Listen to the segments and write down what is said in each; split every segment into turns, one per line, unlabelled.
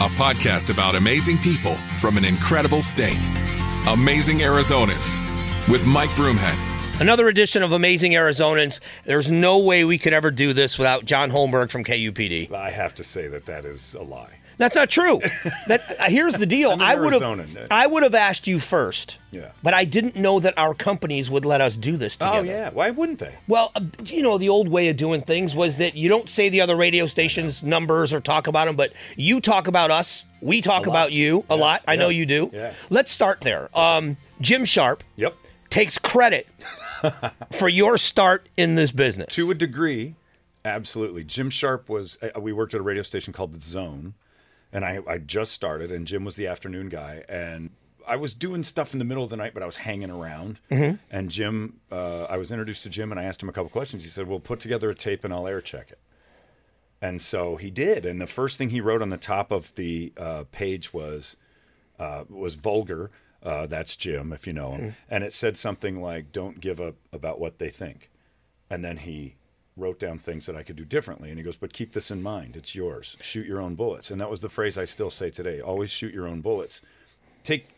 a podcast about amazing people from an incredible state. Amazing Arizonans with Mike Broomhead.
Another edition of Amazing Arizonans. There's no way we could ever do this without John Holmberg from KUPD.
I have to say that that is a lie.
That's not true. That uh, here's the deal.
I'm an
I would
Arizonan. uh,
have I would have asked you first.
Yeah.
But I didn't know that our companies would let us do this together.
Oh yeah, why wouldn't they?
Well, uh, you know, the old way of doing things was that you don't say the other radio stations' numbers or talk about them, but you talk about us. We talk about you a lot. I know you do.
Yeah.
Let's start there. Um, Jim Sharp
Yep.
takes credit for your start in this business.
To a degree, absolutely. Jim Sharp was. uh, We worked at a radio station called The Zone, and I, I just started, and Jim was the afternoon guy, and I was doing stuff in the middle of the night, but I was hanging around. And Jim, uh, I was introduced to Jim, and I asked him a couple questions. He said, "Well, put together a tape, and I'll air check it." And so he did. And the first thing he wrote on the top of the uh, page was uh, was vulgar. Uh, that's Jim, if you know him. And it said something like, "Don't give up about what they think." And then he wrote down things that I could do differently. And he goes, "But keep this in mind. It's yours. Shoot your own bullets." And that was the phrase I still say today: "Always shoot your own bullets." Take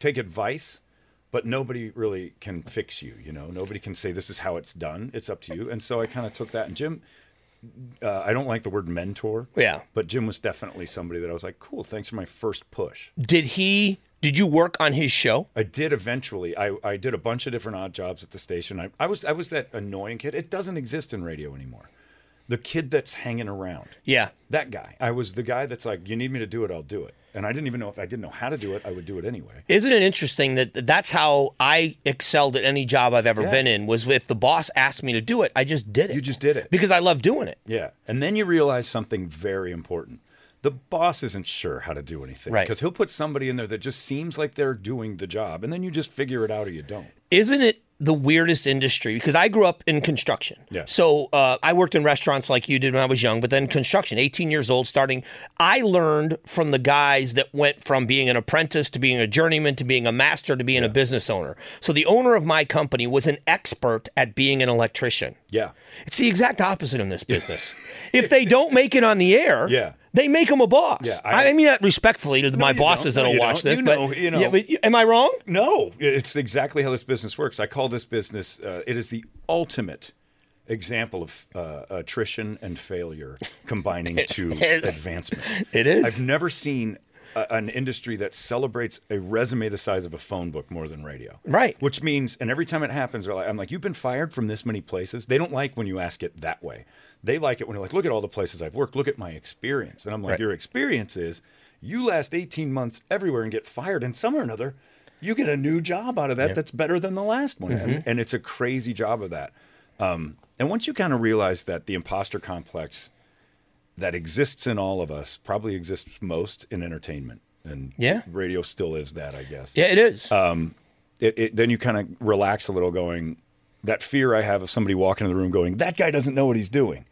take advice. But nobody really can fix you, you know. Nobody can say this is how it's done. It's up to you. And so I kind of took that. And Jim, uh, I don't like the word mentor.
Yeah.
But Jim was definitely somebody that I was like, cool, thanks for my first push.
Did he? Did you work on his show?
I did eventually. I, I did a bunch of different odd jobs at the station. I, I was I was that annoying kid. It doesn't exist in radio anymore. The kid that's hanging around.
Yeah.
That guy. I was the guy that's like, you need me to do it, I'll do it. And I didn't even know if I didn't know how to do it, I would do it anyway.
Isn't it interesting that that's how I excelled at any job I've ever
Yeah.
been in? Was if the boss asked me to do it, I just did it.
You just did it.
because I love doing it.
Yeah. And then you realize something very important. The boss isn't sure how to do anything.
Right.
Because he'll put somebody in there that just seems like they're doing the job. And then you just figure it out or you don't.
Isn't it the weirdest industry? Because I grew up in construction.
Yeah.
So uh, I worked in restaurants like you did when I was young, but then construction, 18 years old, starting. I learned from the guys that went from being an apprentice to being a journeyman to being a master to being a business owner. So the owner of my company was an expert at being an electrician.
Yeah.
It's the exact opposite in this business. if they don't make it on the air,
Yeah.
they make them a boss.
Yeah,
I,
I-
I mean that respectfully to my
you
bosses
don't. No,
that'll
you
watch
don't.
this.
You
but,
know- you know.
Yeah, but y- am I wrong?
No, it's exactly how this business works. I call this business, uh, it is the ultimate example of uh, attrition and failure combining to
is.
advancement.
It is.
I've never seen a, an industry that celebrates a resume the size of a phone book more than radio.
Right.
Which means, and every time it happens, they're like, I'm like, you've been fired from this many places. They don't like when you ask it that way. They like it when you're like, look at all the places I've worked. Look at my experience. And I'm like,
Right.
your experience is you last 18 months everywhere and get fired. And somewhere or another, you get a new job out of that that's better than the last one. And,
Mm-hmm.
and it's a crazy job of that. Um, and once you kind of realize that the imposter complex – that exists in all of us probably exists most in entertainment and
Yeah.
radio still is that i guess
Yeah, it is.
Uh, it, it, then you kind of relax a little going that fear i have of somebody walking in the room going that guy doesn't know what he's doing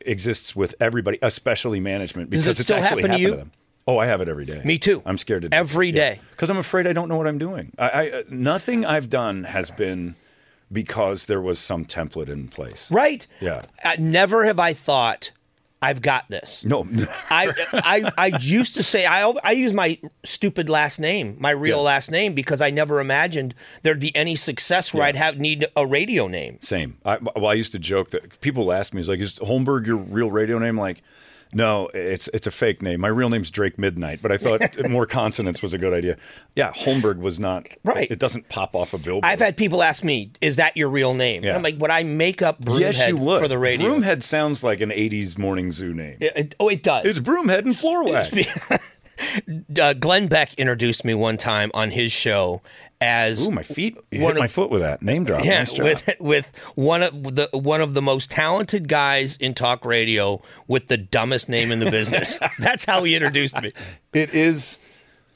exists with everybody especially management
Does
because
it
it's
still
actually
happen to
happened
you?
them oh i have it every day
Me too.
i'm scared to
Every day.
because i'm afraid i don't know what i'm doing I, I uh, nothing i've done has been because there was some template in place
right?
yeah.
I, never have I thought I've got this.
no
I, I I used to say I I use my stupid last name, my real
Yeah.
last name, because I never imagined there'd be any success where I'd have need a radio name.
Same. I, well, I used to joke that people ask me, "Is like, is Holmberg your real radio name?" Like, no, it's it's a fake name. My real name's Drake Midnight, but I thought more consonants was a good idea. Yeah, Holmberg was not
Right.
It doesn't pop off a billboard.
I've had people ask me, "Is that your real name?"
Yeah.
And I'm like, "Would I make up Broomhead
yes, you would
for the radio?"
Broomhead sounds like an '80s morning zoo name.
It- it- oh, it does.
It's Broomhead and Floorwax.
uh, Glenn Beck introduced me one time on his show as
Ooh, my feet you
One
hit
of-
my foot with that name drop.
yeah,
nice job.
with with one of the one of the most talented guys in talk radio with the dumbest name in the business. That's how he introduced me.
it is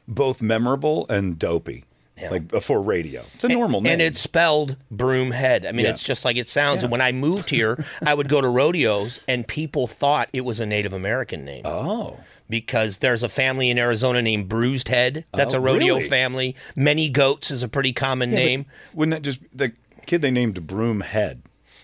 both memorable and dopey, like uh, for radio. It's a normal name,
And it's spelled Broomhead. I mean,
Yeah.
it's just like it sounds. And when I moved here, I would go to rodeos, and people thought it was a Native American name.
oh.
because there's a family in Arizona named Bruised Head. That's
Oh,
a rodeo
really?
family. Many Goats is a pretty common name.
Wouldn't that just the kid they named Broomhead?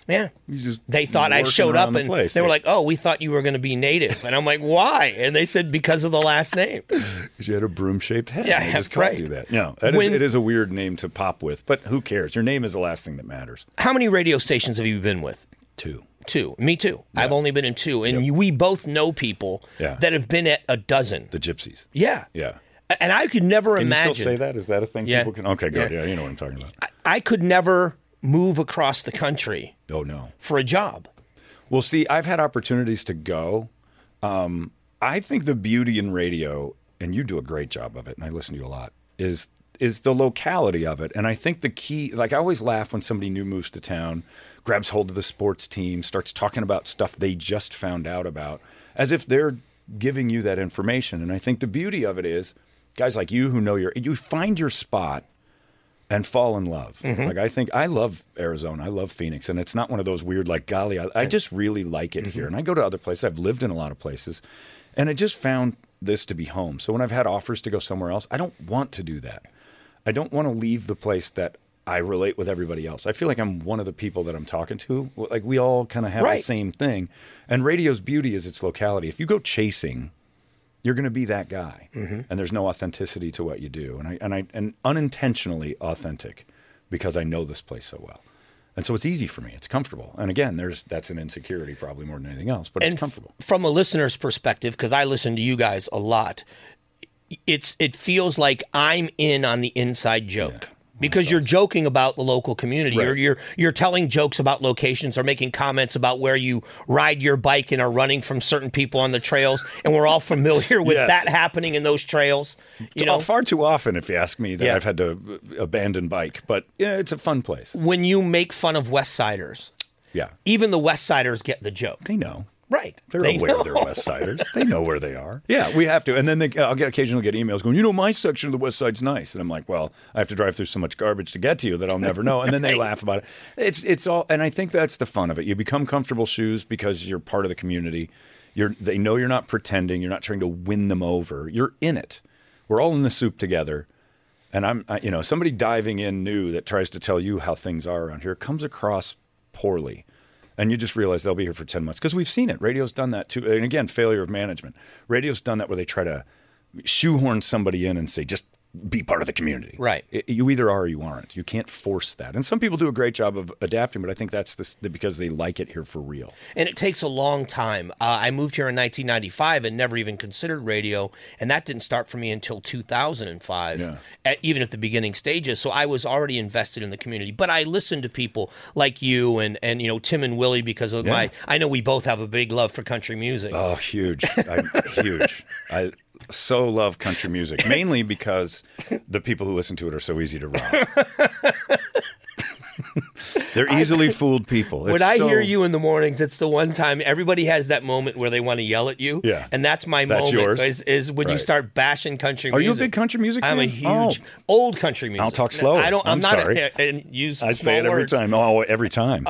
Yeah.
You just
They thought I
working
showed
around
up
the
and
place.
they were like, oh, we thought you were going to be native. And I'm like, why? And they said, because of the last name.
'Cause you had a broom shaped head.
Yeah,
Yeah, just called
right.
you that. No, that is,
When-
it is a weird name to pop with, but who cares? Your name is the last thing that matters.
How many radio stations have you been with?
Two.
Two. Me too. I've only been in two. And we both know people
Yeah.
that have been at a dozen.
The Gypsies.
yeah.
Yeah.
A- And I could never
Can
imagine.
you still say that? Is that a thing
Yeah.
people can? Okay, good.
Yeah.
Yeah. you know what I'm talking about.
I could never move across the country
oh no.
for a job.
Well, see, I've had opportunities to go. Um, I think the beauty in radio, and you do a great job of it, and I listen to you a lot, is is the locality of it. And I think the key, like I always laugh when somebody new moves to town, grabs hold of the sports team, starts talking about stuff they just found out about, as if they're giving you that information. And I think the beauty of it is, guys like you who know your, you find your spot and fall in love. Like I think I love Arizona, I love Phoenix, and it's not one of those weird like golly, I, I just really like it here. And I go to other places. I've lived in a lot of places, and I just found this to be home. So when I've had offers to go somewhere else, I don't want to do that. I don't want to leave the place that I relate with everybody else. I feel like I'm one of the people that I'm talking to. Like we all kind of have
Right.
the same thing. And radio's beauty is its locality. If you go chasing you're going to be that guy,
Mm-hmm.
and there's no authenticity to what you do, and I and I and unintentionally authentic, because I know this place so well, and so it's easy for me. It's comfortable, and again, there's that's an insecurity probably more than anything else, but
and
it's comfortable.
f- from a listener's perspective, because I listen to you guys a lot, it's it feels like I'm in on the inside joke. Because you're joking about the local community, you're,
Right.
you're you're telling jokes about locations or making comments about where you ride your bike and are running from certain people on the trails, and we're all familiar with
Yes.
that happening in those trails. You know,
far too often, if you ask me, that
Yeah.
I've had to uh, abandon bike, but yeah, it's a fun place.
when you make fun of West Siders,
Yeah,
even the West Siders get the joke,
they know.
right?
They're
They
aware
know.
they're West Siders. They know where they are. Yeah, we have to. And then they, I'll get occasionally get emails going, you know, my section of the West Side's nice. And I'm like, well, I have to drive through so much garbage to get to you that I'll never know. And then they laugh about it. It's it's all, and I think that's the fun of it. You become comfortable shoes because you're part of the community. You're they know you're not pretending. You're not trying to win them over. You're in it. We're all in the soup together. And I'm, I, you know, somebody diving in new that tries to tell you how things are around here comes across poorly. And you just realize they'll be here for 10 months because we've seen it. Radio's done that too. And again, failure of management. Radio's done that where they try to shoehorn somebody in and say, just be part of the community.
Right.
I- you either are or you aren't. You can't force that. And some people do a great job of adapting, but I think that's the, s- because they like it here for real.
and it takes a long time. Uh, I moved here in 1995 and never even considered radio, and that didn't start for me until 2005, at, e, even at the beginning stages. So I was already invested in the community, but I listened to people like you and and you know Tim and Willie because of my. I know we both have a big love for country music.
Oh, huge. I'm huge. I so love country music, mainly because the people who listen to it are so easy to rob. They're easily fooled people. It's
when I
so-
hear you in the mornings, it's the one time everybody has that moment where they want to yell at you.
Yeah.
And that's my
That's
moment
yours?
is, is when you
Right.
start bashing country
Are you
music.
a big country music
I'm a
fan? Oh.
huge old country music.
talk
No,
slower.
I don't I'm,
I'm
not
sorry.
A, and use
I say
small
it every
words. Um,
time. Oh, every time.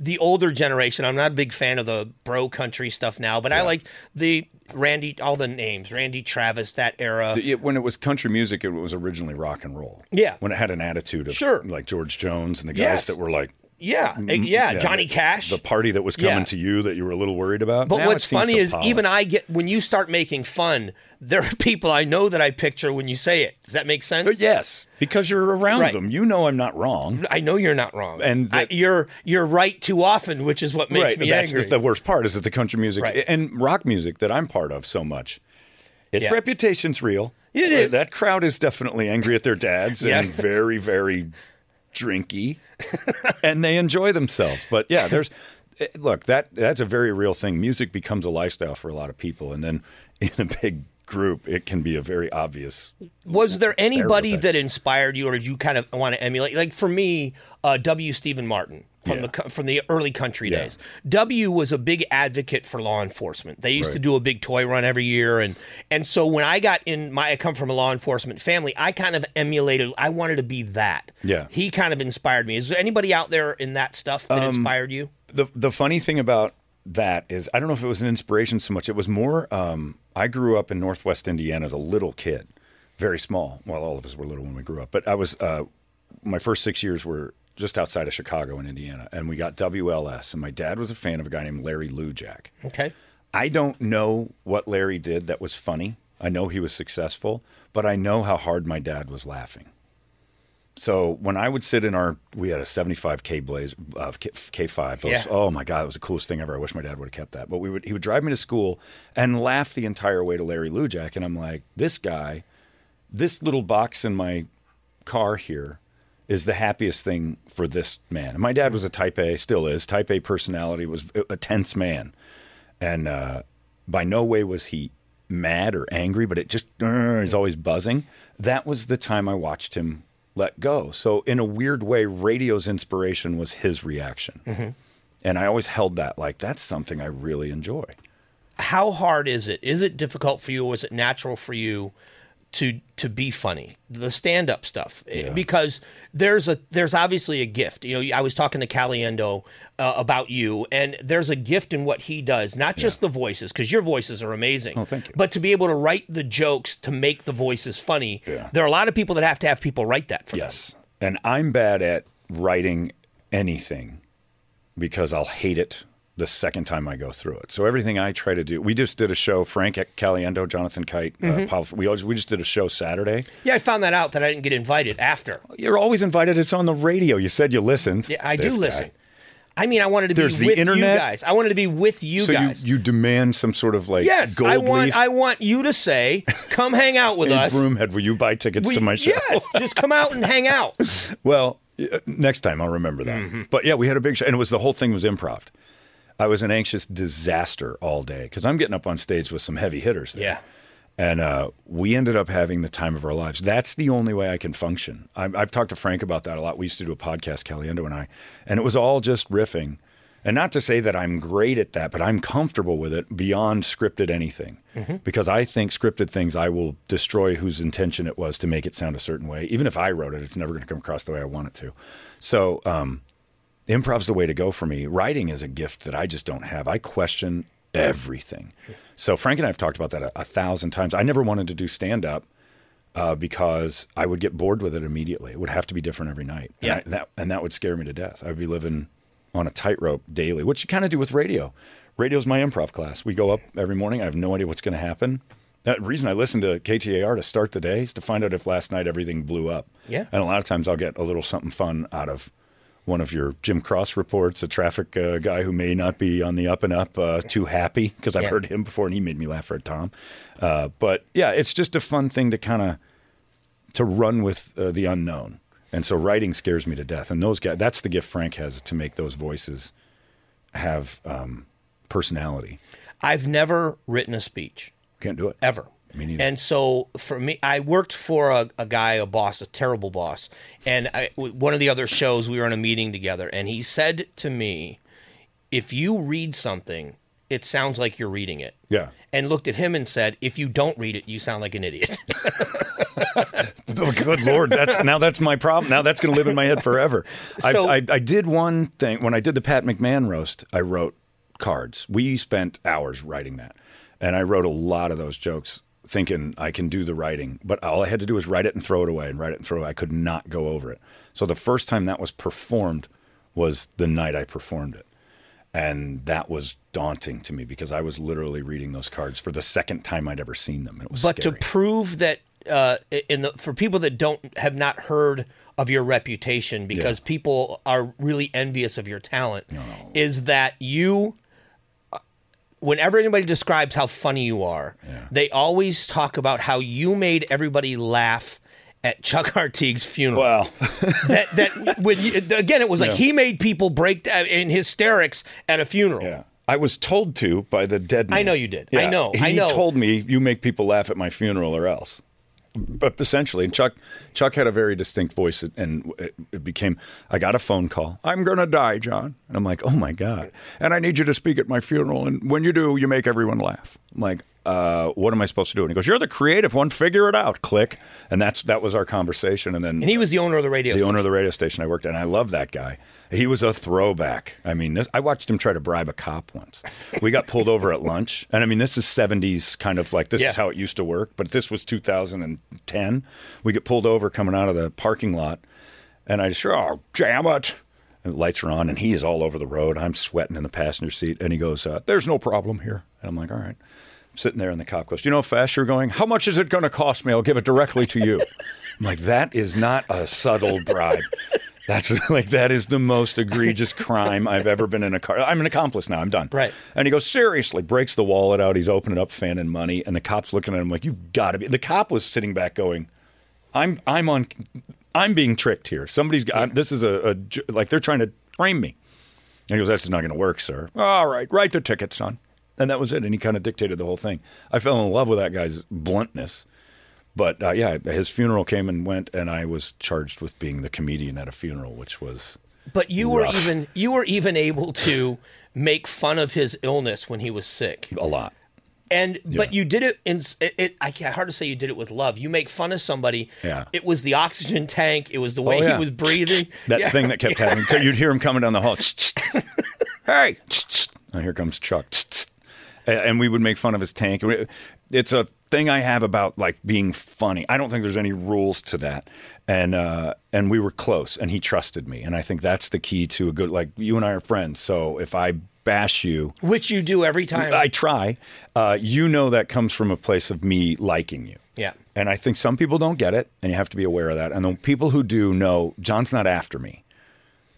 the older generation. I'm not a big fan of the bro country stuff now, but I like the Randy, all the names, Randy Travis, that era.
Yeah, when it was country music, it was originally rock and roll.
Yeah.
When it had an attitude of
Sure.
like George Jones and the guys
Yes.
that were like
yeah, eh, yeah,
Mm-hmm. yeah,
Johnny
the-
Cash.
the party that was coming
Yeah.
to you that you were a little worried about.
but
Now
what's
it seems
funny
so
is
polished.
even I get when you start making fun, there are people I know that I picture when you say it. Does that make sense?
But yes, because you're around
Right.
them. You know I'm not wrong.
I know you're not wrong,
And
I,
that-
you're you're right too often, which is what makes
right.
me
that's
angry.
The, the worst part is that the country music
Right.
and rock music that I'm part of so much, its
Yeah.
reputation's real. Uh,
It is.
That crowd is definitely angry at their dads
Yeah.
and very, very drinky, and they enjoy themselves. But yeah, there's eh, look that that's a very real thing. Music becomes a lifestyle for a lot of people, and then in a big group, it can be a very obvious.
Was there anybody
stereotype.
that inspired you, or did you kind of want to emulate? Like for me, uh, W. Stephen Martin from
Yeah.
the co- from the early country
Yeah.
days. W. was a big advocate for law enforcement. They used to
Right.
do a big toy run every year, and and so when I got in, my I come from a law enforcement family. I kind of emulated. I wanted to be that.
Yeah.
he kind of inspired me. Is there anybody out there in that stuff that
Um,
inspired you?
the the funny thing about that is I don't know if it was an inspiration so much. It was more um, I grew up in Northwest Indiana as a little kid, very small. Well, all of us were little when we grew up, but I was uh, my first six years were just outside of Chicago in Indiana, and we got WLS. And my dad was a fan of a guy named Larry Lujak.
Okay.
I don't know what Larry did that was funny. I know he was successful, but I know how hard my dad was laughing. So when I would sit in our, we had a 75K Blaze, uh, K, K5. Those,
Yeah.
Oh my God, it was the coolest thing ever. I wish my dad would have kept that. But we would, he would drive me to school and laugh the entire way to Larry Lujak. And I'm like, this guy, this little box in my car here is the happiest thing for this man. And my dad was a type A, still is, type A personality, was a tense man. And uh, by no way was he mad or angry, but it just, uh, he's always buzzing. That was the time I watched him let go. So, in a weird way, radio's inspiration was his reaction. And I always held that like, that's something I really enjoy.
How hard is it? Is it difficult for you? or is it natural for you to to be funny? The stand up stuff Eh, because there's a there's obviously a gift. You know, I was talking to Caliendo uh, about you, and there's a gift in what he does. Not just the voices, because your voices are amazing. Oh,
thank you.
But to be able to write the jokes to make the voices funny,
Yeah.
there are a lot of people that have to have people write that for them.
Yes. And I'm bad at writing anything because I'll hate it the second time I go through it. So everything I try to do, we just did a show. Frank Caliendo, Jonathan Kite, uh, Paul, we always, we just did a show Saturday.
Yeah, I found that out that I didn't get invited after.
You're always invited. It's on the radio. You said you listened.
Yeah, I
This
do
guy.
listen. I mean, I wanted to be
There's the
with you
internet.
guys. I wanted to be with you
So you,
guys.
you demand some sort of like
yes,
gold
I want
leaf.
I want you to say, "Come hang out with
Hey,
us."
Broomhead, will you buy tickets
We-
to my show?
Yes, just come out and hang out.
Well, uh, next time I'll remember that.
Mm-hmm.
But yeah, we had a big show, and it was the whole thing was improv. I was an anxious disaster all day because I'm getting up on stage with some heavy hitters. There.
Yeah.
And uh, we ended up having the time of our lives. That's the only way I can function. i I've talked to Frank about that a lot. We used to do a podcast, Caliendo and I, and it was all just riffing. And not to say that I'm great at that, but I'm comfortable with it beyond scripted anything because I think scripted things I will destroy whose intention it was to make it sound a certain way. Even if I wrote it, it's never going to come across the way I want it to. So, um, improv's the way to go for me. Writing is a gift that I just don't have. I question everything. So Frank and I have talked about that a, a thousand times. I never wanted to do stand up uh, because I would get bored with it immediately. It would have to be different every night.
Yeah.
And, I- that, and that would scare me to death. I'd be living on a tightrope daily, which you kind of do with radio. Radio's my improv class. We go up every morning. I have no idea what's going to happen. That reason I listen to KTAR to start the day is to find out if last night everything blew up.
Yeah.
And a lot of times I'll get a little something fun out of one of your Jim Cross reports, a traffic uh, guy who may not be on the up and up, uh, too happy because I've
Yeah.
heard him before and he made me laugh for a Tom. Uh, but yeah, it's just a fun thing to kind of to run with uh, the unknown. And so writing scares me to death. And those guys, that's the gift Frank has to make those voices have um, personality.
I've never written a speech.
Can't do it.
ever.
Me neither.
And so for me, I worked for a, a guy, a boss, a terrible boss. And I, w- one of the other shows, we were in a meeting together, and he said to me, If you read something, it sounds like you're reading it.
Yeah.
And looked at him and said, If you don't read it, you sound like an idiot.
Oh, good lord, that's now that's my problem. Now that's going to live in my head forever.
So-
I, I, I did one thing when I did the Pat McMahon roast. I wrote cards. We spent hours writing that, and I wrote a lot of those jokes, thinking I can do the writing. But all I had to do was write it and throw it away, and write it and throw it. away. I could not go over it. So the first time that was performed was the night I performed it. And that was daunting to me because I was literally reading those cards for the second time I'd ever seen them. And it was
but
scary.
to prove that uh, in the for people that don't have not heard of your reputation because people are really envious of your talent is that you uh, whenever anybody describes how funny you are they always talk about how you made everybody laugh at Chuck Artigue's funeral
wow.
that that when you, again it was like he made people break down in hysterics at a funeral
Yeah. I was told to by the dead man.
I know you did. I know,
He
I know.
told me, you make people laugh at my funeral or else. But essentially, and Chuck, Chuck had a very distinct voice, and it, it became, I got a phone call. I'm going to die, John. And I'm like, oh my God. And I need you to speak at my funeral. And when you do, you make everyone laugh. I'm like, uh, what am I supposed to do? And he goes, you're the creative one. Figure it out. Click. And that's that was our conversation. And then
and he was the owner of the radio
the
station.
owner of the radio station I worked at. And I love that guy. He was a throwback. I mean, this, I watched him try to bribe a cop once. We got pulled over at lunch, and I mean, this is '70s kind of like this
Yeah.
is how it used to work, but this was 2010. We get pulled over coming out of the parking lot, And I sure, oh, jam it. And the lights are on, and he is all over the road. I'm sweating in the passenger seat, and he goes, uh, "There's no problem here." And I'm like, "All right." I'm sitting there, and the cop goes, "You know how fast you're going? How much is it going to cost me? I'll give it directly to you." I'm like, "That is not a subtle bribe. That's like that is the most egregious crime I've ever been in a car. I'm an accomplice now. I'm done."
Right.
And he goes, seriously, breaks the wallet out. He's opening up, fanning money, and the cop's looking at him like, "You've got to be." The cop was sitting back, going, "I'm, I'm on, I'm being tricked here. Somebody's got this is a, a j- like they're trying to frame me." And he goes, "That's not going to work, sir." All right, write the ticket, son. And that was it. And he kind of dictated the whole thing. I fell in love with that guy's bluntness. But uh, yeah, his funeral came and went, and I was charged with being the comedian at a funeral, which was
But you were
Rough.
even you were even able to make fun of his illness when he was sick.
a lot.
And but you did it in it, it. I can't hard to say you did it with love. You make fun of somebody.
Yeah.
It was the oxygen tank. It was the way
Oh, yeah.
he was breathing.
that
Yeah.
thing that kept happening. You'd hear him coming down the hall. hey, oh, here comes Chuck. And- And we would make fun of his tank. It's a thing I have about like being funny. I don't think there's any rules to that. And uh, and we were close, and he trusted me, and I think that's the key to a good like you and I are friends. So if I bash you,
which you do every time.
I try. Uh, you know that comes from a place of me liking you.
Yeah.
And I think some people don't get it, and you have to be aware of that. And the people who do know, John's not after me,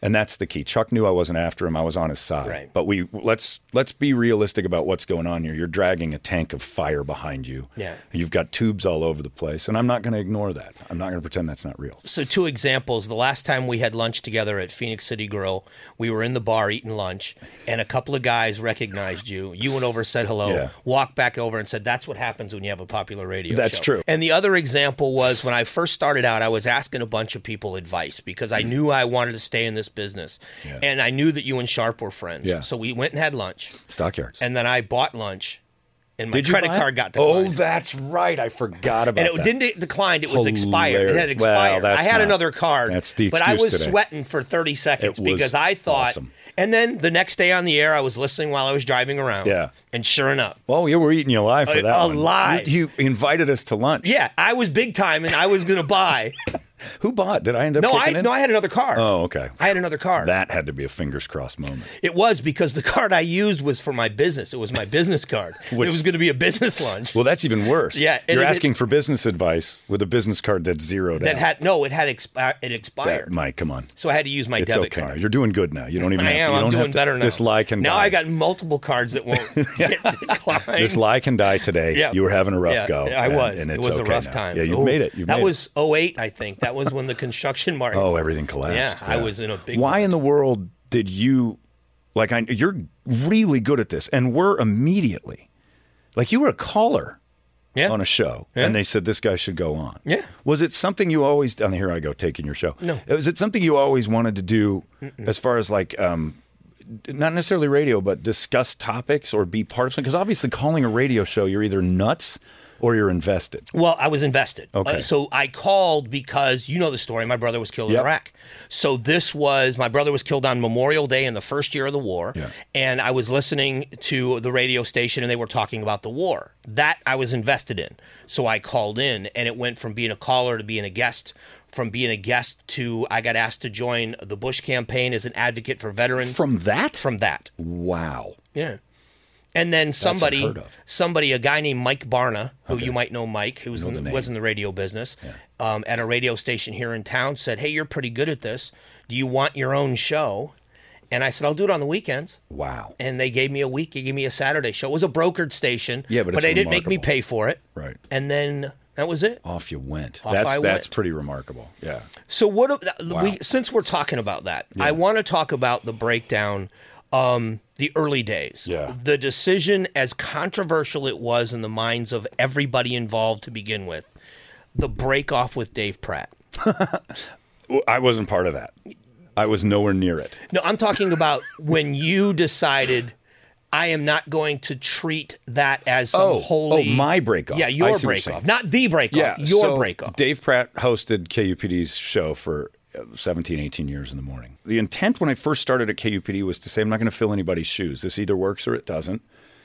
and that's the key. Chuck knew I wasn't after him; I was on his side.
Right.
But we let's let's be realistic about what's going on here. You're dragging a tank of fire behind you.
Yeah.
You've got tubes all over the place, and I'm not going to ignore that. I'm not going to pretend that's not real.
so two examples. The last time we had lunch together at Phoenix City Grill, we were in the bar eating lunch, and a couple of guys recognized you. You went over, said hello,
Yeah.
walked back over, and said, "That's what happens when you have a popular radio."
That's
show."
true.
And the other example was when I first started out, I was asking a bunch of people advice because I knew I wanted to stay in this business,
Mm. Yeah.
and I knew that you and Sharp were friends.
Yeah.
So we went and had lunch,
Stockyards.
and then I bought lunch, and my
Did you
credit
buy it?
card got
Oh,
declined.
that's right. I forgot about
And
that.
it didn't it declined. It was expired. It had
Hilarious. Well,
expired. I
that's
had
not-
another card.
that's the
But I
excuse
was
today.
sweating for 30 seconds
It was
because I thought.
awesome.
And then the next day on the air, I was listening while I was driving around.
Yeah.
And sure enough.
Oh, yeah, we're eating you alive for
Uh,
that. one.
alive.
You, you invited us to lunch.
Yeah, I was big time and I was going to buy.
Who bought? Did I end up?
No, I
kicking in?
no, I had another card.
Oh, okay.
I had another card.
That had to be a fingers crossed moment.
It was because the card I used was for my business. It was my business card.
Which-
it was going to be a business lunch.
Well, that's even worse.
Yeah, and
you're
it-
asking for business advice with a business card that's zeroed
that
out.
had no, it had expi- it
that,
expired.
Mike, come on.
so I had to use my
It's
debit
okay.
card.
You're doing good now. You don't even
I am.
have to. You
I'm
don't have
doing
to-
better now.
This lie can
now
die.
I got multiple cards that won't get declined.
This lie can die today.
Yeah.
You were having a rough
Yeah,
go.
I
and-
was.
And
it
it's
was a
okay
rough
now.
time.
Yeah, you've
Ooh,
made it. You've
that
made it.
was 08, I think. That was when the construction market.
Oh, everything collapsed.
Yeah, I was in a big
Why
one.
in the world did you like? I you're really good at this, and were immediately like you were a caller
yeah.
on a show,
Yeah.
and they said this guy should go on.
Yeah.
Was it something you always? And here I go taking your show.
No.
Was it something you always wanted to do, as far as like? um not necessarily radio, but discuss topics or be part of something. Because obviously, calling a radio show, you're either nuts or you're invested.
Well, I was invested.
Okay.
Uh, so I called because you know the story. My brother was killed
Yep.
in Iraq. So this was my brother was killed on Memorial Day in the first year of the war.
Yeah.
And I was listening to the radio station and they were talking about the war. That I was invested in. So I called in and it went from being a caller to being a guest. From being a guest to I got asked to join the Bush campaign as an advocate for veterans.
From that,
from that.
wow,
Yeah. And then somebody,
unheard of.
somebody, a guy named Mike Barna, who you might know, Mike, who was, in, the, was in the radio business, um, at a radio station here in town, said, "Hey, you're pretty good at this. Do you want your own show?" And I said, "I'll do it on the weekends."
wow,
And they gave me a week. They gave me a Saturday show. It was a brokered station.
Yeah, but it's
they didn't make me
remarkable.
pay for it.
Right.
And then that was it.
off you went.
Off
that's
I
that's
went.
pretty remarkable. Yeah,
So what? a- th- We, since we're talking about that, I want to talk about the breakdown, um, the early days,
Yeah.
the decision, as controversial it was in the minds of everybody involved to begin with, the break off with Dave Pratt.
Well, I wasn't part of that. I was nowhere near it.
No, I'm talking about when you decided. I am not going to treat that as some
Oh, oh,
holy.
my break off.
Yeah,
I
your
see what you're
break
saying.
off, not the break off. your
so
break off.
Dave Pratt hosted KUPD's show for uh, 17, 18 years in the morning. The intent when I first started at KUPD was to say, I'm not going to fill anybody's shoes. This either works or it doesn't.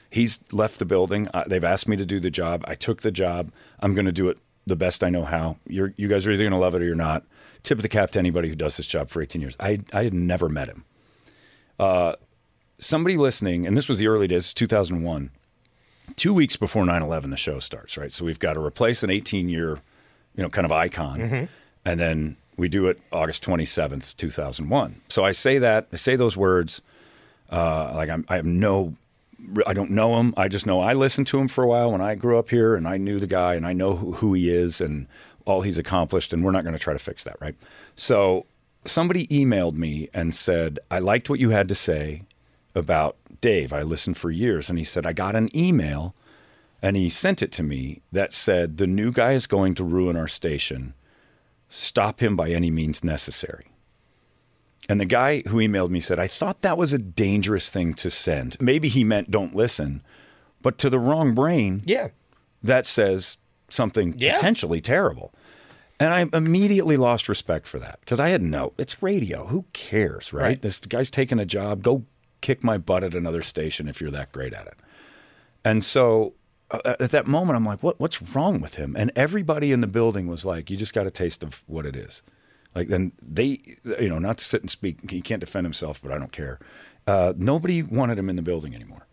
He's left the building. Uh, they've asked me to do the job. I took the job. I'm going to do it the best I know how. You're, you guys are either going to love it or you're not. Tip of the cap to anybody who does this job for 18 years. I, I had never met him. Uh, somebody listening, and this was the early days, 2001, two weeks before 9 11, the show starts, right? So we've got to replace an 18 year, you know, kind of icon. And then we do it August 27th, 2001. So I say that, I say those words uh, like I'm, I have no, I don't know him. I just know I listened to him for a while when I grew up here, and I knew the guy, and I know who, who he is and all he's accomplished. And we're not going to try to fix that, right? So somebody emailed me and said, "I liked what you had to say about Dave. I listened for years." And he said, "I got an email." And he sent it to me that said, The new guy is going to ruin our station. Stop him by any means necessary. And the guy who emailed me said, I thought that was a dangerous thing to send. Maybe he meant don't listen, but to the wrong brain,
Yeah.
that says something
Yeah.
potentially terrible. And I immediately lost respect for that because I had no, it's radio. Who cares, right?
Right.
This guy's taking a job. Go kick my butt at another station if you're that great at it. And so uh, at that moment, I'm like, what, what's wrong with him? And everybody in the building was like, you just got a taste of what it is. Like, then they, you know, not to sit and speak, he can't defend himself, but I don't care. Uh, nobody wanted him in the building anymore.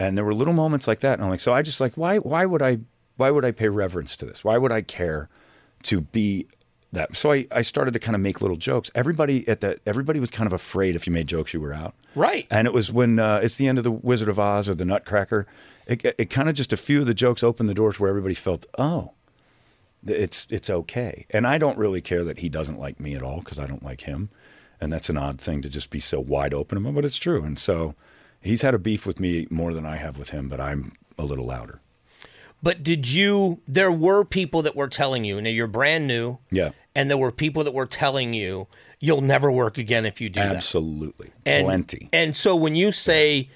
And there were little moments like that. And I'm like, so I just like, why, why would I, why would I pay reverence to this? Why would I care to be that? So I, I started to kind of make little jokes. Everybody at that, everybody was kind of afraid if you made jokes, you were out.
Right.
And it was when uh, it's the end of the Wizard of Oz or the Nutcracker. It, it kind of just a few of the jokes opened the doors where everybody felt, oh, th- it's it's okay. And I don't really care that he doesn't like me at all because I don't like him, and that's an odd thing to just be so wide open about. But it's true. And so he's had a beef with me more than I have with him, but I'm a little louder.
But did you? There were people that were telling you. Now you're brand new.
Yeah.
And there were people that were telling you you'll never work again if you do that.
Absolutely,
and,
plenty.
And so when you say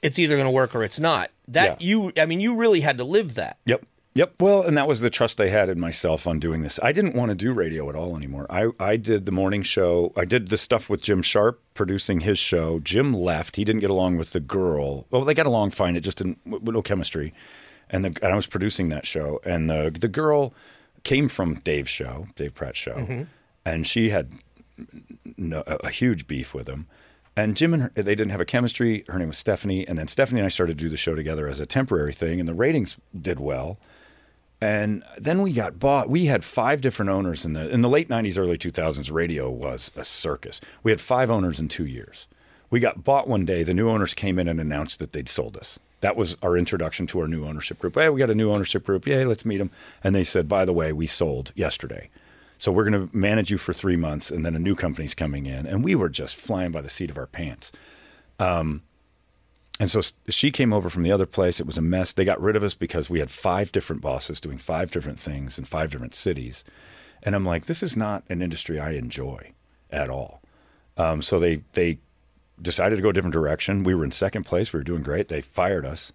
it's either going to work or it's not, that
Yeah.
you, I mean, you really had to live that.
Yep. Yep. Well, and that was the trust I had in myself on doing this. I didn't want to do radio at all anymore. I, I did the morning show. I did the stuff with Jim Sharp producing his show. Jim left. He didn't get along with the girl. Well, they got along fine. It just didn't, w- w- no chemistry. And, the, and I was producing that show. And the, the girl came from Dave's show, Dave Pratt's show. And she had no, a, a huge beef with him. And Jim and her, they didn't have a chemistry. Her name was Stephanie, and then Stephanie and I started to do the show together as a temporary thing, and the ratings did well. And then we got bought. We had five different owners in the in the late '90s, early 2000s. Radio was a circus. We had five owners in two years. We got bought one day. The new owners came in and announced that they'd sold us. That was our introduction to our new ownership group. Hey, we got a new ownership group. Yay, let's meet them. And they said, by the way, we sold yesterday. So we're going to manage you for three months, and then a new company's coming in. And we were just flying by the seat of our pants. And so s- she came over from the other place. It was a mess. They got rid of us because we had five different bosses doing five different things in five different cities. And I'm like, this is not an industry I enjoy at all. Um, so they they decided to go a different direction. We were in second place. We were doing great. They fired us,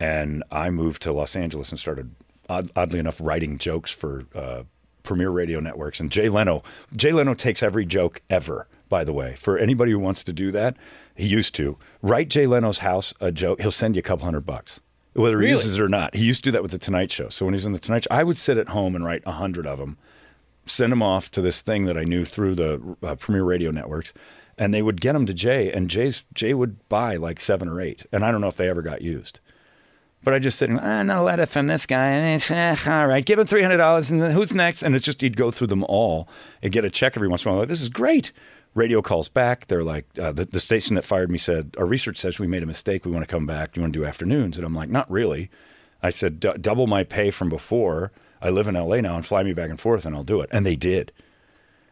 and I moved to Los Angeles and started odd, oddly enough writing jokes for uh, premier radio networks. And Jay Leno, Jay Leno takes every joke ever. By the way, for anybody who wants to do that, he used to write Jay Leno's house a joke. He'll send you a couple hundred bucks. Whether he
Really?
uses it or not, he used to do that with the Tonight Show. So when he was on the Tonight Show, I would sit at home and write a hundred of them, send them off to this thing that I knew through the uh, premier radio networks, and they would get them to Jay, and Jay's Jay would buy like seven or eight, and I don't know if they ever got used. But I just sitting, ah, not a letter from this guy. Eh, it's, eh, all right, give him three hundred dollars, and then who's next? And it's just he'd go through them all and get a check every once in a while. Like, this is great. Radio calls back. They're like, uh, the, the station that fired me said, our research says we made a mistake. We want to come back. Do you want to do afternoons? And I'm like, not really. I said, "Du- double my pay from before. I live in LA now and fly me back and forth, and I'll do it. And they did.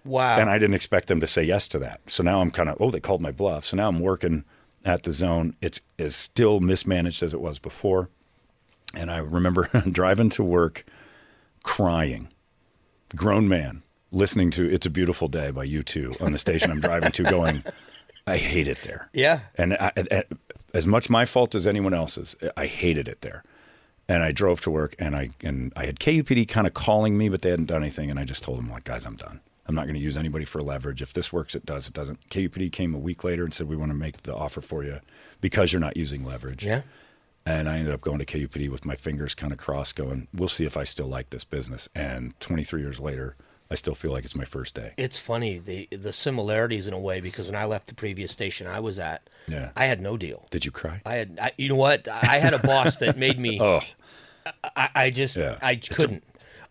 Wow.
And I didn't expect them to say yes to that. So now I'm kind of, oh, they called my bluff. So now I'm working at the zone. It's as still mismanaged as it was before. And I remember driving to work crying, grown man, listening to It's a Beautiful Day by U2 on the station I'm driving to, going, I hate it there.
Yeah.
And I, I- I- as much my fault as anyone else's, I hated it there. And I drove to work, and I and I had KUPD kind of calling me, but they hadn't done anything. And I just told them like, guys, I'm done. I'm not going to use anybody for leverage. If this works, it does. It doesn't. KUPD came a week later and said we want to make the offer for you because you're not using leverage.
yeah.
And I ended up going to KUPD with my fingers kind of crossed, going, we'll see if I still like this business. And 23 years later, I still feel like it's my first day.
It's funny the the similarities in a way because when I left the previous station I was at,
Yeah.
I had no deal.
Did you cry?
I had, I, you know what? I had a boss that made me.
Oh.
I, I just,
Yeah.
I couldn't.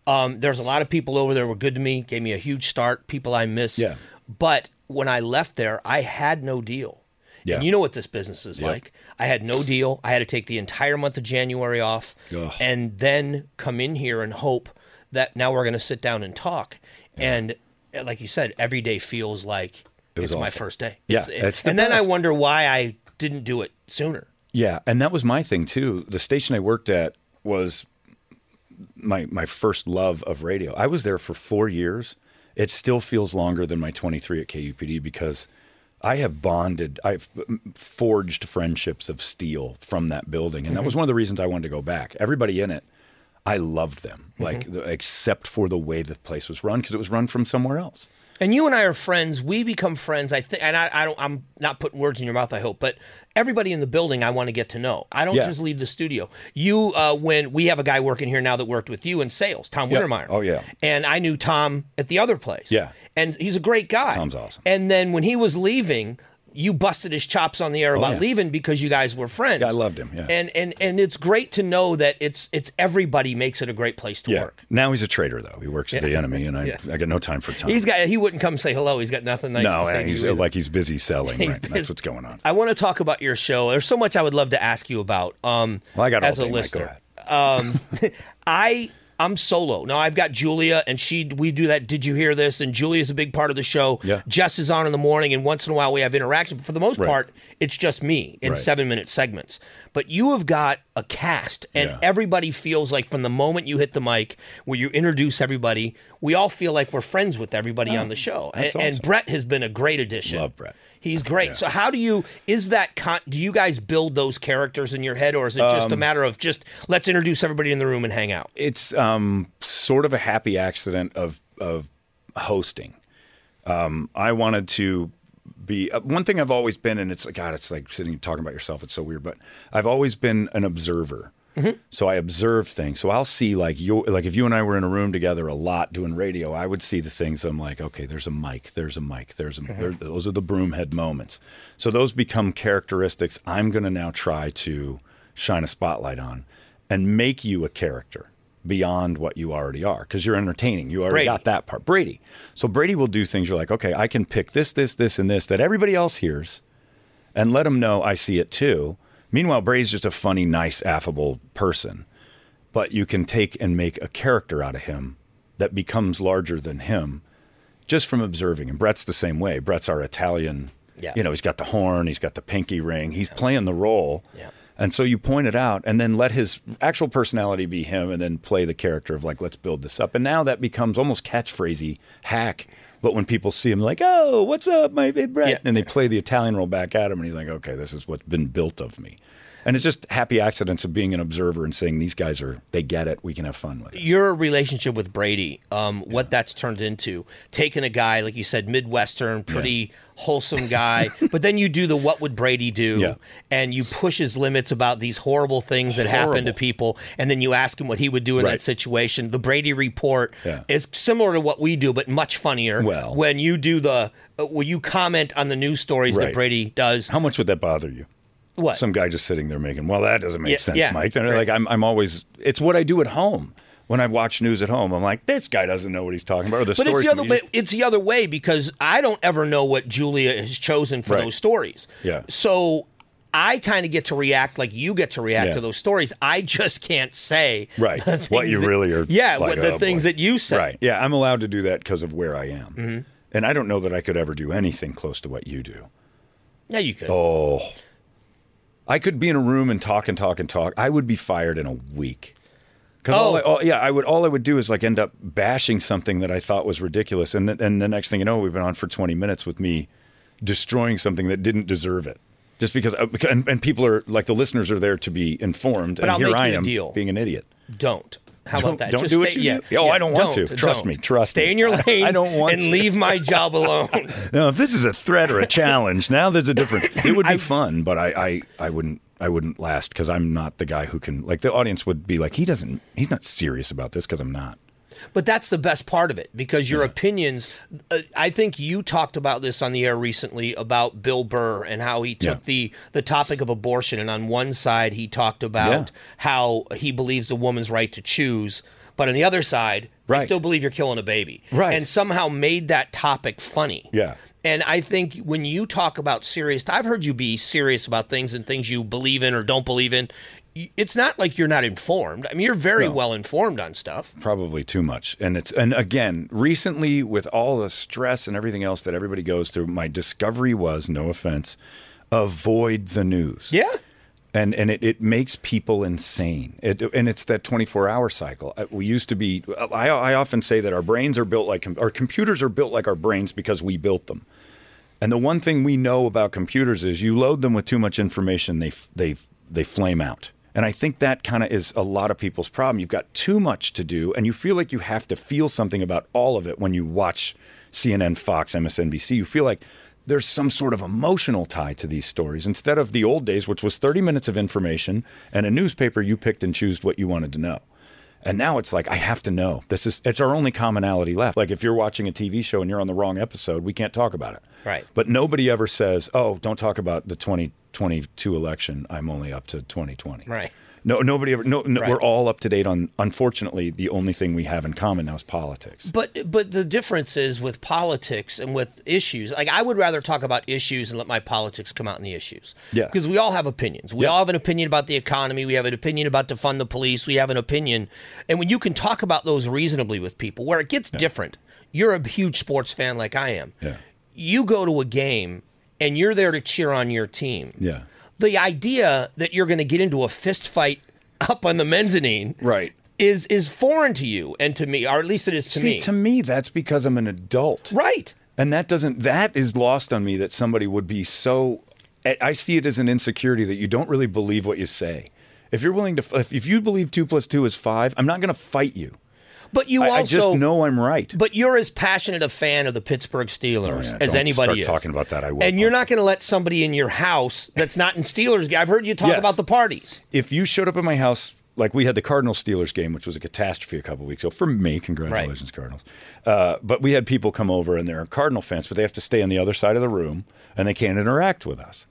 um, there's a lot of people over there were good to me, gave me a huge start. People I miss.
Yeah.
But when I left there, I had no deal.
Yeah.
And you know what this business is
Yep.
like. I had no deal. I had to take the entire month of January off,
Ugh.
and then come in here and hope that now we're going to sit down and talk. And uh, like you said, every day feels like
It was
it's my
awful.
first day.
Yeah,
It's-
it's the
and then I
best.
wonder why I didn't do it sooner.
Yeah, and that was my thing too. The station I worked at was my my first love of radio. I was there for 4 years. It still feels longer than my 23 at KUPD because I have bonded, I've forged friendships of steel from that building. And that was one of the reasons I wanted to go back. Everybody in it, I loved them, like the, except for the way the place was run because it was run from somewhere else.
And you and I are friends. We become friends. I think, and I, I don't. I'm not putting words in your mouth. I hope, but everybody in the building, I want to get to know. I don't
Yeah.
just leave the studio. You, uh, when we have a guy working here now that worked with you in sales, Tom
Yeah.
Wintermeyer.
Oh, yeah.
And I knew Tom at the other place.
Yeah.
And he's a great guy.
Tom's awesome.
And then when he was leaving, you busted his chops on the air about
Oh, yeah.
leaving because you guys were friends.
Yeah, I loved him, yeah.
And and and it's great to know that it's it's everybody makes it a great place to work.
Now he's a traitor though. He works at the enemy, and I I got no time for time.
He's got. He wouldn't come say hello. He's got nothing nice to
no,
say. to
and
you
he's
either.
like he's busy selling. right? That's
busy.
what's going on.
I want to talk about your show. There's so much I would love to ask you about. Um,
Well, I got all
as
day,
a
Mike,
listener. Um, I I'm solo now. I've got Julia, and she we do that. Did you hear this? And Julia's a big part of the show.
Yeah.
Jess is on in the morning, and once in a while we have interaction. But for the most
Right.
part, it's just me in
Right.
seven minute segments. But you have got a cast, and
Yeah.
everybody feels like from the moment you hit the mic, where you introduce everybody, we all feel like we're friends with everybody on the show. and,
that's awesome.
and Brett has been a great addition.
Love Brett.
He's great. So how do you is that con- do you guys build those characters in your head or is it just a
Um,
matter of just let's introduce everybody in the room and hang out?
It's um, sort of a happy accident of of hosting. Um, I wanted to be uh, one thing I've always been, and it's like God, it's like sitting and talking about yourself. It's so weird, but I've always been an observer. So I observe things. So I'll see like you, like if you and I were in a room together a lot doing radio, I would see the things. I'm like, okay, there's a mic, there's a mic, there's a there, those are the broomhead moments. So those become characteristics. I'm going to now try to shine a spotlight on and make you a character beyond what you already are because you're entertaining. You already
Brady.
got that part. Brady. So Brady will do things. You're like, okay, I can pick this, this, this, and this that everybody else hears and let them know I see it too. Meanwhile, Brady's just a funny, nice, affable person, but you can take and make a character out of him that becomes larger than him just from observing. And Brett's the same way. Brett's our Italian.
Yeah.
You know, Oh, he's got the horn, he's got the pinky ring, he's playing the role.
Yeah.
And so you point it out and then let his actual personality be him and then play the character of like, let's build this up. And now that becomes almost catchphrasey hack. But when people see him, like, oh, what's up, my big Brett?
Yeah.
And they play the Italian role back at him. And he's like, okay, this is what's been built of me. And it's just happy accidents of being an observer and saying, these guys are, they get it. We can have fun with it.
Your relationship with Brady, um, what that's turned into, taking a guy like you said, Midwestern, pretty wholesome guy, but then you do the "What would Brady do?"
Yeah.
and you push his limits about these horrible things that happen to
Horrible.
people, and then you ask him what he would do in
Right.
that situation. The Brady Report
Yeah.
is similar to what we do, but much funnier.
Well.
when you do the, uh, when you comment on the news stories that
Right.
Brady does,
How much would that bother you?
what
Some guy just sitting there making, well, that doesn't make
Yeah,
sense,
yeah,
Mike. And like, I'm, I'm always, it's what I do at home. When I watch news at home, I'm like, this guy doesn't know what he's talking about. Or the
But it's
stories
the other
he
way.
just-
It's the other way because I don't ever know what Julia has chosen for
Right.
those stories.
Yeah.
So I kind of get to react like you get to react
Yeah.
to those stories. I just can't say
Right.
the
What
things
you
that-
really are.
Yeah.
like,
what the
oh,
things
boy.
that you Mm-hmm. say.
Right. Yeah. I'm allowed to do that because of where I am. And I don't know that I could ever do anything close to what you do.
Yeah, you could.
Oh. I could be in a room and talk and talk and talk. I would be fired in a week. Because all, I-
Oh.
all, yeah, I would all I would do is like end up bashing something that I thought was ridiculous, and th- and the next thing you know, we've been on for twenty minutes with me destroying something that didn't deserve it, just because. I, beca- and, and people are like the listeners are there to be informed, and
I'll
here
make
I
you a
am
deal.
being an idiot.
Don't. How
Don't-
about that?
don't do what you do. Oh, I don't want to.
don't,
Trust
don't.
me, trust
Stay
me.
in your
I-
lane.
I don't want
and
to.
leave my job alone.
Now, if this is a threat or a challenge, now there's a difference. It would be fun, but I, I I wouldn't I wouldn't last because I'm not the guy who can like the audience would be like he doesn't he's not serious about this because I'm not.
But that's the best part of it because your opinions. Uh, I think you talked about this on the air recently about Bill Burr and how he took
Yeah.
the the topic of abortion, and on one side he talked about
Yeah.
how he believes a woman's right to choose, but on the other side, you
Right.
still believe you're killing a baby,
Right.
And somehow made that topic funny,
Yeah.
And I think when you talk about serious, I've heard you be serious about things and things you believe in or don't believe in. Y- It's not like you're not informed. I mean, you're very well informed on stuff.
probably too much and it's and again recently with all the stress and everything else that everybody goes through my discovery was no offense avoid the news
Yeah.
and and it, it makes people insane it, and it's that 24 hour cycle Uh, we used to be I, I often say that our brains are built like com- our computers are built like our brains because we built them and the one thing we know about computers is you load them with too much information, they f- they f- they flame out. And I think that kind of is a lot of people's problem. You've got too much to do, and you feel like you have to feel something about all of it when you watch CNN, Fox, MSNBC. You feel like there's some sort of emotional tie to these stories instead of the old days, which was 30 minutes of information and a newspaper you picked and choose what you wanted to know. And now it's like I have to know. This is it's our only commonality left. Like if you're watching a TV show and you're on the wrong episode, we can't talk about it.
Right.
But nobody ever says, "Oh, don't talk about the 2022 election. I'm only up to 2020."
Right.
No, nobody ever. No, no
Right.
we're all up to date on. Unfortunately, the only thing we have in common now is politics.
But but the difference is with politics and with issues. Like I would rather talk about issues and let my politics come out in the issues.
Yeah.
Because we all have opinions. We
Yeah.
all have an opinion about the economy. We have an opinion about to fund the police. We have an opinion, and when you can talk about those reasonably with people, where it gets different. You're a huge sports fan like I am.
Yeah.
You go to a game and you're there to cheer on your team
Yeah.
the idea that you're going to get into a fist fight up on the mezzanine
Right.
is is foreign to you and to me or at least it is to
See,
me
to me, that's because I'm an adult.
right
And that doesn't that is lost on me that somebody would be so I- I see it as an insecurity that you don't really believe what you say. If you're willing to if, if you believe 2 plus 2 is 5, I'm not going to fight you.
but you
I,
also
I just know I'm right.
but you're as passionate a fan of the Pittsburgh Steelers
Oh, yeah,
as
don't
anybody
start
is.
talking about that, I will
And you're
punch
not going to let somebody in your house that's not in Steelers. I've heard you talk
Yes.
about the parties.
if you showed up at my house like we had the Cardinals Steelers game, which was a catastrophe a couple weeks ago for me. Congratulations, Cardinals! Uh, but we had people come over and they're Cardinal fans, but they have to stay on the other side of the room and they can't interact with us.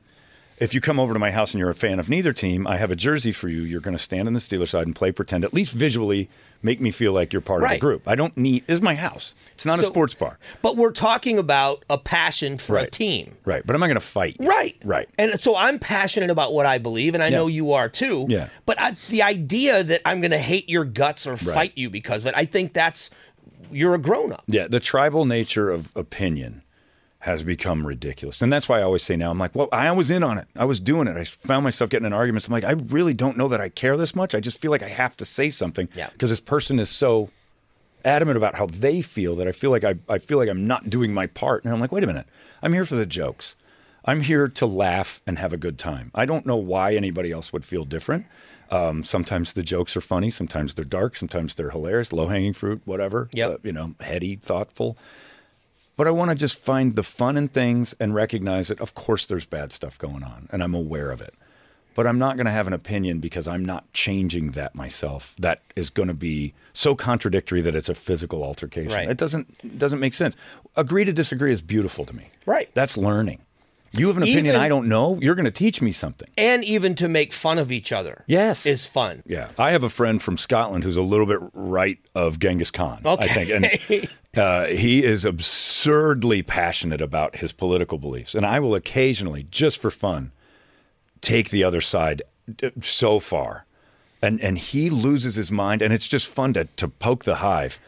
If you come over to my house and you're a fan of neither team, I have a jersey for you. You're going to stand on the Steelers side and play pretend, at least visually, make me feel like you're part of
Right.
the group. I don't need. This is my house. It's not
So-
a sports bar.
But we're talking about a passion for a
Right.
team.
Right, but I'm not going to fight. you.
Right.
Right.
And so I'm passionate about what I believe, and I know you are too.
Yeah.
But I, the idea that I'm going to hate your guts or fight you because of it, I think that's you're a grown up.
Yeah, the tribal nature of opinion has become ridiculous. And that's why I always say now, I'm like, well, I was in on it. I was doing it. I found myself getting in arguments. I'm like, I really don't know that I care this much. I just feel like I have to say something
Yeah.
because this person is so adamant about how they feel that I feel like I, I feel like I'm not doing my part. And I'm like, wait a minute. I'm here for the jokes. I'm here to laugh and have a good time. I don't know why anybody else would feel different. Um, sometimes the jokes are funny, sometimes they're dark, sometimes they're hilarious, low hanging fruit, whatever. Uh,
Yep.
you know, heady, thoughtful. But I want to just find the fun in things and recognize that, of course, there's bad stuff going on, and I'm aware of it. But I'm not going to have an opinion because I'm not changing that myself. That is going to be so contradictory that it's a physical altercation.
Right.
It doesn't it doesn't make sense. Agree to disagree is beautiful to me.
Right.
That's learning. You have an opinion
Even-
I don't know. You're going to teach me something.
And even to make fun of each other.
Yes.
Is fun.
Yeah. I have a friend from Scotland who's a little bit right of Genghis Khan, I think.
Okay.
And uh, he is absurdly passionate about his political beliefs. And I will occasionally, just for fun, take the other side uh, so far. And, and he loses his mind, and it's just fun to, to poke the hive.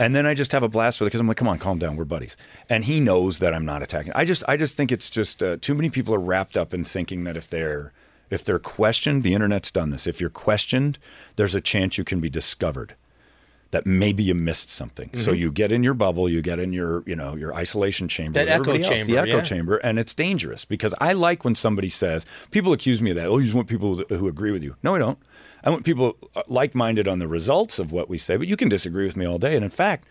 And then I just have a blast with it because I'm like, come on, calm down, we're buddies. And he knows that I'm not attacking. I just I just think it's just uh, too many people are wrapped up in thinking that if they're if they're questioned, the internet's done this. If you're questioned, there's a chance you can be discovered that maybe you missed something. So
Mm-hmm.
you get in your bubble, you get in your, you know, your isolation chamber,
That
with
echo
everybody else, the
chamber,
echo
yeah.
chamber, and it's dangerous because I like when somebody says, people accuse me of that. Oh, you just want people th- who agree with you. No, I don't. I want people uh, like-minded on the results of what we say, but you can disagree with me all day. And in fact,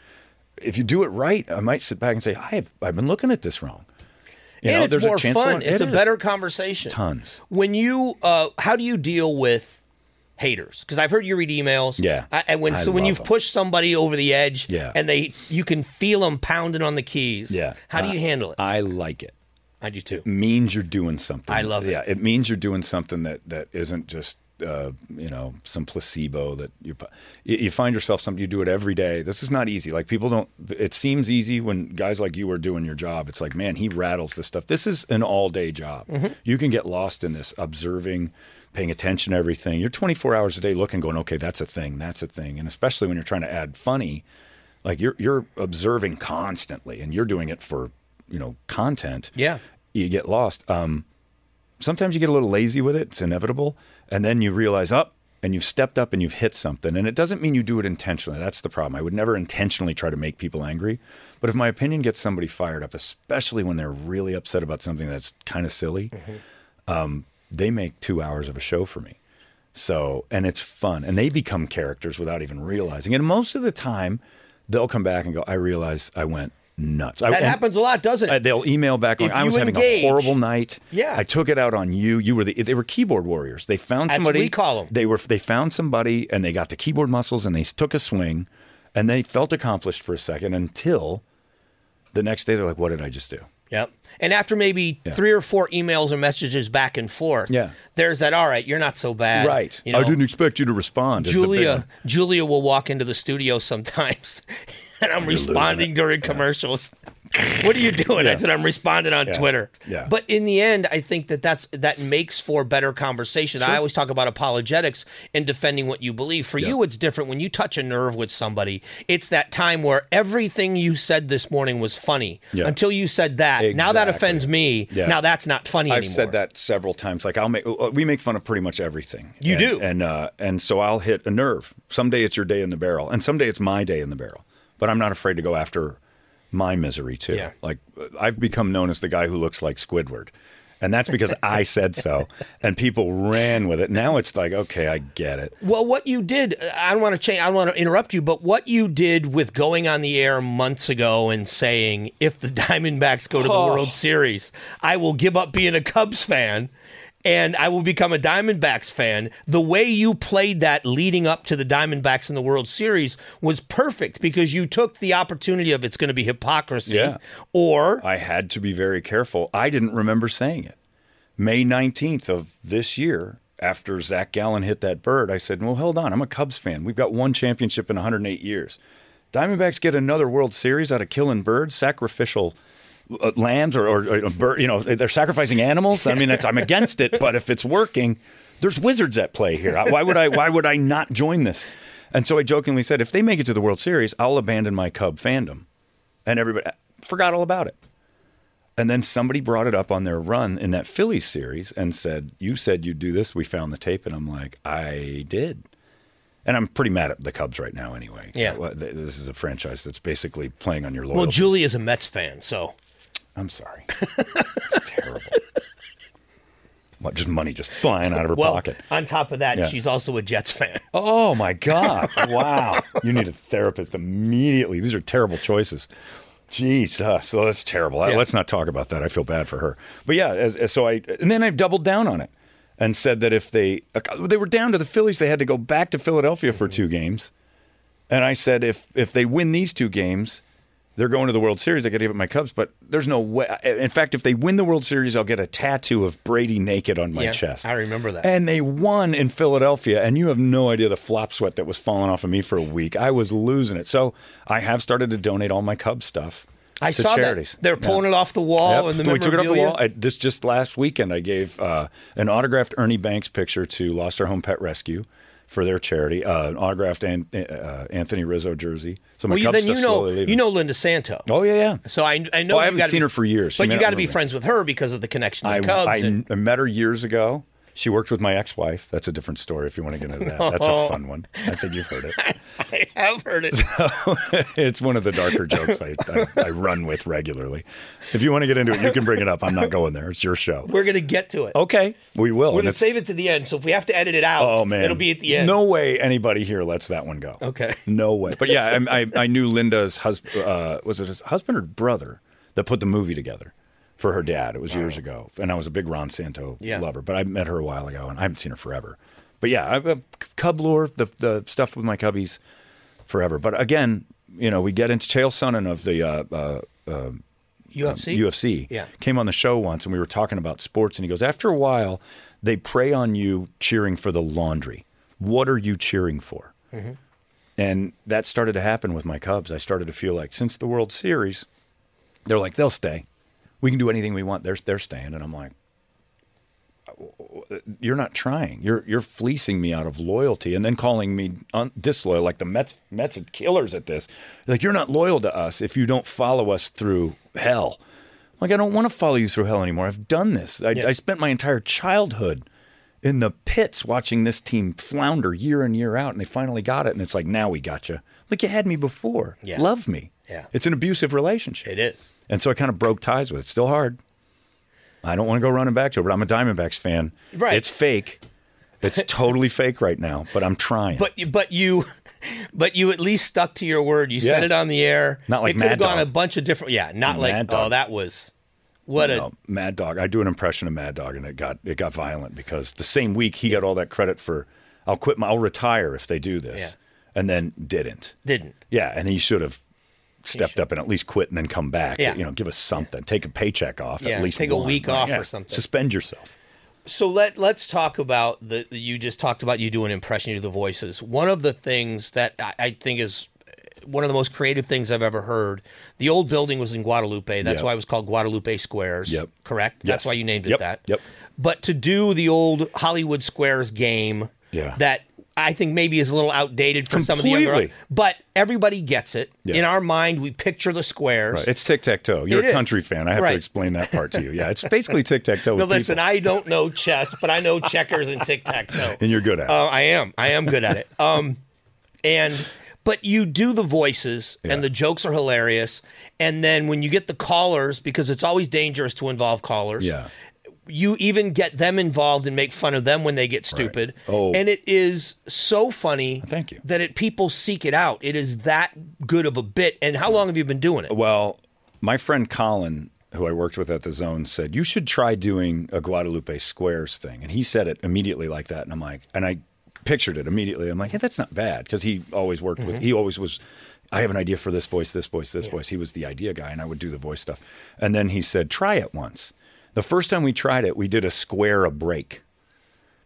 if you do it right, I might sit back and say, I have, I've been looking at this wrong. You
and
know,
it's
there's a
more
chance to
fun.
learn.
It's
It
a
is.
better conversation.
Tons.
When you, uh, how do you deal with haters? Because I've heard you read emails.
Yeah.
I, and when
I
so when
love
you've
'em.
pushed somebody over the edge,
Yeah.
and they you can feel them pounding on the keys.
Yeah. Uh,
How do you handle it?
I like it.
I do too.
means you're doing something.
I love it.
Yeah, it means you're doing something that that isn't just uh, you know some placebo that you pu- you you find yourself something you do it every day. This is not easy. Like people don't. It seems easy when guys like you are doing your job. It's like man, he rattles this stuff. This is an all day job.
Mm-hmm.
You can get lost in this observing. Paying attention to everything. You're 24 hours a day looking, going, okay, that's a thing, that's a thing. And especially when you're trying to add funny, like you're you're observing constantly, and you're doing it for you know content
Yeah.
you get lost. Um, sometimes you get a little lazy with it; it's inevitable, and then you realize up. and you've stepped up and you've hit something. And it doesn't mean you do it intentionally. That's the problem. I would never intentionally try to make people angry. But if my opinion gets somebody fired up, especially when they're really upset about something that's kind of silly,
Mm-hmm.
um, they make two hours of a show for me. So, and it's fun. And they become characters without even realizing. And most of the time, they'll come back and go, I realize I went nuts. I,
That
and-
happens a lot, doesn't
uh,
it?
they'll email back
If
like, I
you
was having
engage-
a horrible night.
Yeah.
I took it out on you. You were the they were keyboard warriors. They found
That's what
somebody
we call 'em.
They were they found somebody and they got the keyboard muscles and they took a swing and they felt accomplished for a second until the next day they're like, What did I just do?
Yep. And after maybe three or four emails or messages back and forth,
Yeah.
there's that. All right, you're not so bad, You know,
I didn't expect you to respond. is the big one.
Julia Julia will walk into the studio sometimes and I'm responding during commercials. what are you doing? I said I'm responding on Twitter.
Yeah.
But in the end, I think that that's that makes for better conversation. I always talk about apologetics and defending what you believe. For you it's different when you touch a nerve with somebody. It's that time where everything you said this morning was funny
Yeah.
until you said that. Now that
Exactly.
offends me.
Yeah.
Now that's not funny
I've
anymore.
said that several times. Like I'll make uh, we make fun of pretty much everything.
You
And-
do.
and uh, and so I'll hit a nerve. Someday it's your day in the barrel, and someday it's my day in the barrel. But I'm not afraid to go after my misery too.
Yeah.
Like uh, I've become known as the guy who looks like Squidward, and that's because I said so, and people ran with it. Now it's like, okay, I get it.
Well, what you did, uh, I don't want to change, I don't want to interrupt you, but what you did with going on the air months ago and saying, if the Diamondbacks go to the
Oh.
World Series, I will give up being a Cubs fan and I will become a Diamondbacks fan. The way you played that leading up to the Diamondbacks in the World Series was perfect because you took the opportunity of it's going to be hypocrisy
Yeah.
or
I had to be very careful. I didn't remember saying it. May 19th of this year, after Zach Gallen hit that bird, I said, Well, hold on. I'm a Cubs fan. We've got one championship in 108 years. Diamondbacks get another World Series out of killing birds, sacrificial uh, lambs, or, or, or bird, you know, they're sacrificing animals. I mean, it's, I'm against it, but if it's working, there's wizards at play here. Why would I? Why would I not join this? And so I jokingly said, if they make it to the World Series, I'll abandon my Cub fandom, and everybody uh, forgot all about it. And then somebody brought it up on their run in that Phillies series and said, You said you'd do this. We found the tape. And I'm like, I did. And I'm pretty mad at the Cubs right now, anyway.
Yeah.
Uh, th- This is a franchise that's basically playing on your loyalty.
well, Julie is a Mets fan, so
I'm sorry. it's terrible. What, just money just flying out of her
well,
pocket.
on top of that,
Yeah.
she's also a Jets fan.
Oh my God. Wow. you need a therapist immediately. These are terrible choices. Jesus. So that's terrible. I-
Yeah.
Let's not talk about that. I feel bad for her. But yeah, as, as- so I, and then I doubled down on it and said that if they, they were down to the Phillies, they had to go back to Philadelphia for two games. And I said, if, if they win these two games, they're going to the World Series. I got to give it my Cubs, but there's no way. In fact, if they win the World Series, I'll get a tattoo of Brady naked on my
Yeah,
chest.
I remember that.
And they won in Philadelphia, and you have no idea the flop sweat that was falling off of me for a week. I was losing it. So I have started to donate all my Cubs stuff.
I
to
saw
charities.
that they're
Yeah.
pulling it off the wall
Yep.
and the
we took it off the
memorabilia.
wall. I, this just last weekend, I gave uh, an autographed Ernie Banks picture to Lost Our Home Pet Rescue for their charity. Uh, an autographed an, uh, Anthony Rizzo jersey. So my
Well, you,
Cubs
then you
stuff's
know
slowly leaving.
you know Linda Santo.
Oh yeah, yeah.
So I I know
Well,
you've
I haven't
gotta
seen
be-
her for years. She
But
may
you
not
got to be
remember me.
friends with her because of the connection to
I,
the Cubs.
I
and-
met her years ago. She worked with my ex-wife. That's a different story. If you want to get into that, that's
Oh.
a fun one. I think you've heard it.
I have heard it.
it's one of the darker jokes I, I, I run with regularly. If you want to get into it, you can bring it up. I'm not going there. It's your show.
We're gonna get to it.
Okay, we will.
We're
and
gonna
it's-
save it to the end. So if we have to edit it out,
Oh man,
it'll be at the end.
No way anybody here lets that one go.
Okay.
no way. But yeah, I, I, I knew Linda's husband. Uh, was it his husband or brother that put the movie together? for her dad. It was years ago, and I was a big Ron Santo
Yeah.
lover. But I met her a while ago, and I haven't seen her forever. But yeah, I've I've cub lore, the the stuff with my cubbies, forever. But again, you know, we get into Chael Sonnen of the uh, uh,
UFC.
UFC
Yeah.
came on the show once, and we were talking about sports, and he goes, after a while, they prey on you cheering for the laundry. What are you cheering for? And that started to happen with my Cubs. I started to feel like since the World Series, they're like, they'll stay. We can do anything we want. They're they're staying, and I'm like, you're not trying. You're you're fleecing me out of loyalty, and then calling me un- disloyal, like the Mets. Mets are killers at this. Like you're not loyal to us if you don't follow us through hell. Like I don't want to follow you through hell anymore. I've done this. I, I spent my entire childhood in the pits watching this team flounder year in year out, and they finally got it. And it's like now we got you. Like you had me before.
Yeah.
Love me.
Yeah.
It's an abusive relationship.
It is.
And so I kind of broke ties with it. Still hard. I don't want to go running back to it, but I'm a Diamondbacks fan.
Right.
It's fake. It's totally fake right now, but I'm trying.
But you, but you, but you at least stuck to your word. You said
Yes.
it on the air.
Not like
it could have
Mad
gone
Dog.
a bunch of different. Yeah, not like
Mad
oh
Dog.
that was what a
No, Mad Dog. I do an impression of Mad Dog, and it got it got violent because the same week he got all that credit for I'll quit my I'll retire if they do this,
Yeah.
and then didn't.
didn't.
Yeah, and he should have stepped up and at least quit and then come back.
Yeah.
You know, give us something. Take a paycheck off.
Yeah,
at least
take a
one.
week
Like,
off or
yeah,
something.
Suspend yourself.
So let let's talk about the you just talked about you do an impression you do the voices. One of the things that I, I think is eh, one of the most creative things I've ever heard. The old building was in Guadalupe. That's
Yep.
why it was called Guadalupe Squares.
Yep.
Correct. That's
Yes.
why you named it
Yep,
that.
yep.
But to do the old Hollywood Squares game.
Yeah.
That I think maybe is a little outdated for some of the younger.
Completely.
But everybody gets it.
Yeah.
In our mind, we picture the squares.
It's tic tac toe. You're
It
a
is.
country fan. I have
Right.
to explain that part to you. Yeah, it's basically tic tac toe.
Now, listen, I don't know chess, but I know checkers and tic tac toe.
and you're good at. it.
Uh, I am. I am good at it. Um, and but you do the voices, and the jokes are hilarious. And then when you get the callers, because it's always dangerous to involve callers.
Yeah.
You even get them involved and make fun of them when they get stupid.
Oh.
And it is so funny
Thank you.
that it people seek it out. It is that good of a bit. And how long have you been doing it?
Well, my friend Colin, who I worked with at the Zone, said you should try doing a Guadalupe Squares thing, and he said it immediately like that, and I'm like, and I pictured it immediately. I'm like, hey, that's not bad because he always worked
Mm-hmm.
with, he always was. I have an idea for this voice, this voice, this voice. He was the idea guy, and I would do the voice stuff. And then he said, try it once. The first time we tried it, we did a square a break.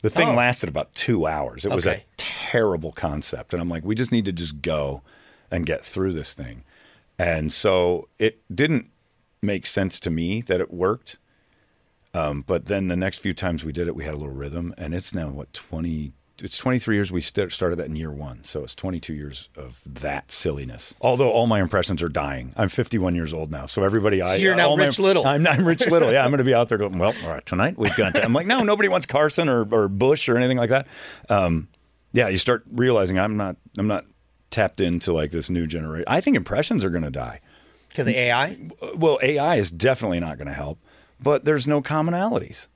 The thing
Oh.
lasted about two hours. It was a
Okay.
terrible concept. And I'm like, we just need to just go and get through this thing. And so it didn't make sense to me that it worked. Um, but then the next few times we did it, we had a little rhythm. And it's now, what, 20, it's 23 years. We st- started that in year one. So it's 22 years of that silliness. Although all my impressions are dying. I'm 51 years old now. So everybody, I.
you're now
all my-
Rich Little.
I'm, I'm Rich Little. Yeah, I'm going to be out there going, well, all right, tonight we've got that. I'm like, no, nobody wants Carson or, or Bush or anything like that. Um, yeah, you start realizing I'm not, I'm not tapped into like this new generation. I think impressions are going to die
Because the AI?
well, AI is definitely not going to help, but there's no commonalities.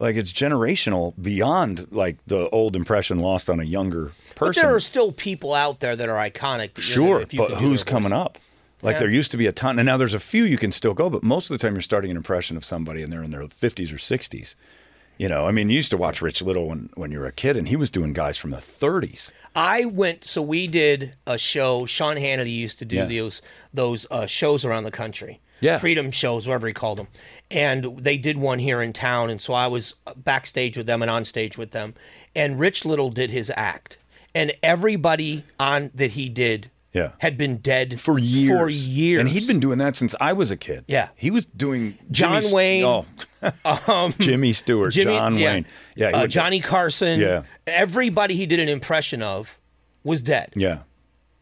Like it's generational beyond like the old impression lost on a younger
But
person.
there are still people out there that are iconic. that you're-
sure,
if you
but
can do
who's
their
coming up? Like there used to be a ton, and now there's a few you can still go, but most of the time you're starting an impression of somebody and they're in their 50s or 60s. You know, I mean, you used to watch Rich Little when, when you were a kid, and he was doing guys from the 30s.
I went. So we did a show. Sean Hannity used to do
Yeah.
those those uh, shows around the country.
Yeah.
freedom shows, whatever he called them. And they did one here in town. And so I was uh, backstage with them and on stage with them. And Rich Little did his act, and everybody on that he did
Yeah.
had been dead
For years.
For years,
And he'd been doing that since I was a kid.
Yeah.
He was doing
John
Jimmy-
Wayne, um,
Oh, Jimmy Stewart,
Jimmy-
John
yeah.
Wayne. Yeah. he
uh,
would-
Johnny Carson.
Yeah.
everybody he did an impression of was dead.
Yeah.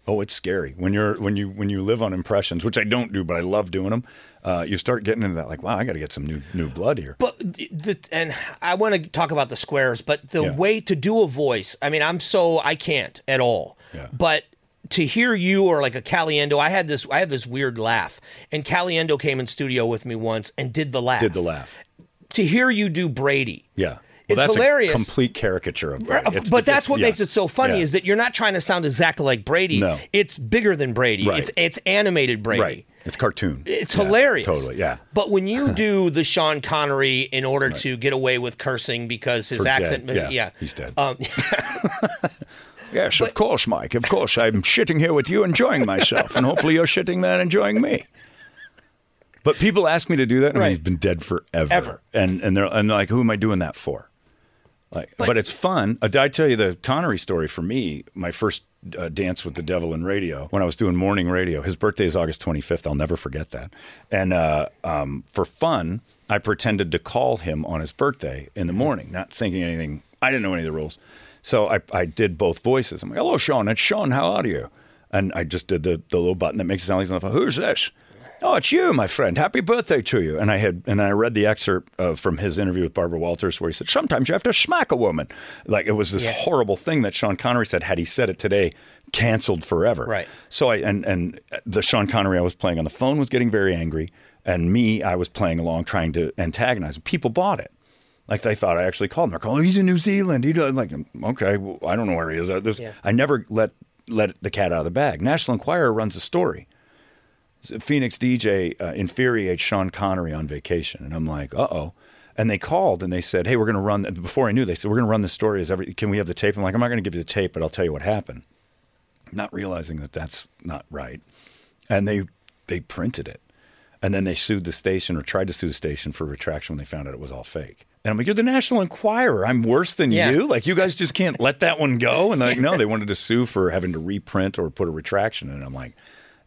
Oh, it's scary when you're when you when you live on impressions, which I don't do, but I love doing them. Uh, you start getting into that, like, wow, I got to get some new new blood here.
But the, the- and I want to talk about the squares, but the
Yeah.
way to do a voice. I mean, I'm so I can't at all.
Yeah.
But to hear you or like a Caliendo, I had this I had this weird laugh, and Caliendo came in studio with me once and did the laugh.
Did the laugh?
To hear you do Brady.
Yeah. Well,
It's
that's
hilarious.
A complete caricature of. Brady. It's-
but that's
it's-
what
yeah.
makes it so funny
Yeah.
is that you're not trying to sound exactly like Brady.
No.
It's bigger than Brady.
Right.
It's it's animated Brady.
Right. It's cartoon.
It's
Yeah,
hilarious.
Totally. Yeah.
But when you do the Sean Connery in order to get away with cursing because his
For dead,
accent,
yeah,
yeah,
he's dead.
Um,
Yes, of course, Mike. Of course, I'm sitting here with you, enjoying myself, and hopefully you're sitting there enjoying me.
But people ask me to do that, and
Right.
he's been dead forever.
Ever.
And and they're and like, who am I doing that for? Like, but, it's fun. Uh, Did I tell you the Connery story for me? My first uh, dance with the devil in radio when I was doing morning radio. His birthday is August 25th. I'll never forget that. And uh, um, for fun, I pretended to call him on his birthday in the morning, not thinking anything. I didn't know any of the rules. So I, I did both voices. I'm like, hello, Sean. It's Sean. How are you? And I just did the, the little button that makes it sound like he's on the phone. Who's this? Oh, it's you, my friend. Happy birthday to you. And I had and I read the excerpt uh, from his interview with Barbara Walters where he said, Sometimes you have to smack a woman. Like it was this horrible thing that Sean Connery said, had he said it today, canceled forever.
Right.
So I and and the Sean Connery I was playing on the phone was getting very angry. And me, I was playing along trying to antagonize. People bought it. Like they thought I actually called him. Like, oh, he's in New Zealand. He does like, okay, well, I don't know where he is. I, there's- I never let let the cat out of the bag. National Enquirer runs a story. Phoenix DJ uh, infuriates Sean Connery on vacation, and I'm like, uh oh. And they called and they said, hey, we're going to run. Before I knew, they said we're going to run the story. Is every can we have the tape? I'm like, I'm not going to give you the tape, but I'll tell you what happened. Not realizing that that's not right, and they they printed it, and then they sued the station or tried to sue the station for retraction when they found out it was all fake. And I'm like, you're the National Enquirer. I'm worse than
Yeah.
you. Like you guys just can't let that one go. And like, no, they wanted to sue for having to reprint or put a retraction. in. And I'm like,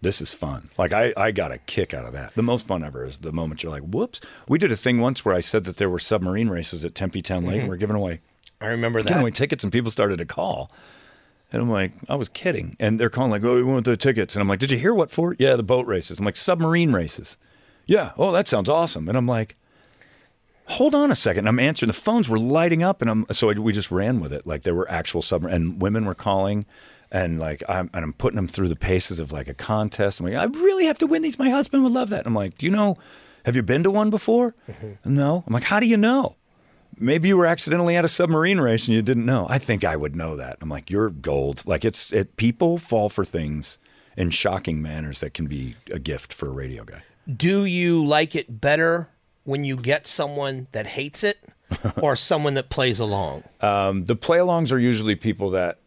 this is fun. Like I, I got a kick out of that. The most fun ever is the moment you're like, whoops. We did a thing once where I said that there were submarine races at Tempe Town Lake. and We're giving away
I remember that.
giving away tickets, and people started to call. And I'm like, I was kidding. And they're calling like, oh, we want the tickets. And I'm like, did you hear what for? Yeah, the boat races. I'm like, submarine races. Yeah. Oh, that sounds awesome. And I'm like, hold on a second. And I'm answering. The phones were lighting up, and I'm so I, we just ran with it. Like there were actual submarine, and women were calling, and like I'm and I'm putting them through the paces of like a contest. I'm like, I really have to win these. My husband would love that. I'm like, do you know? Have you been to one before?
Mm-hmm.
No. I'm like, how do you know? Maybe you were accidentally at a submarine race and you didn't know. I think I would know that. I'm like, you're gold. Like it's it. People fall for things in shocking manners that can be a gift for a radio guy.
Do you like it better when you get someone that hates it or someone that plays along?
Um, the play alongs are usually people that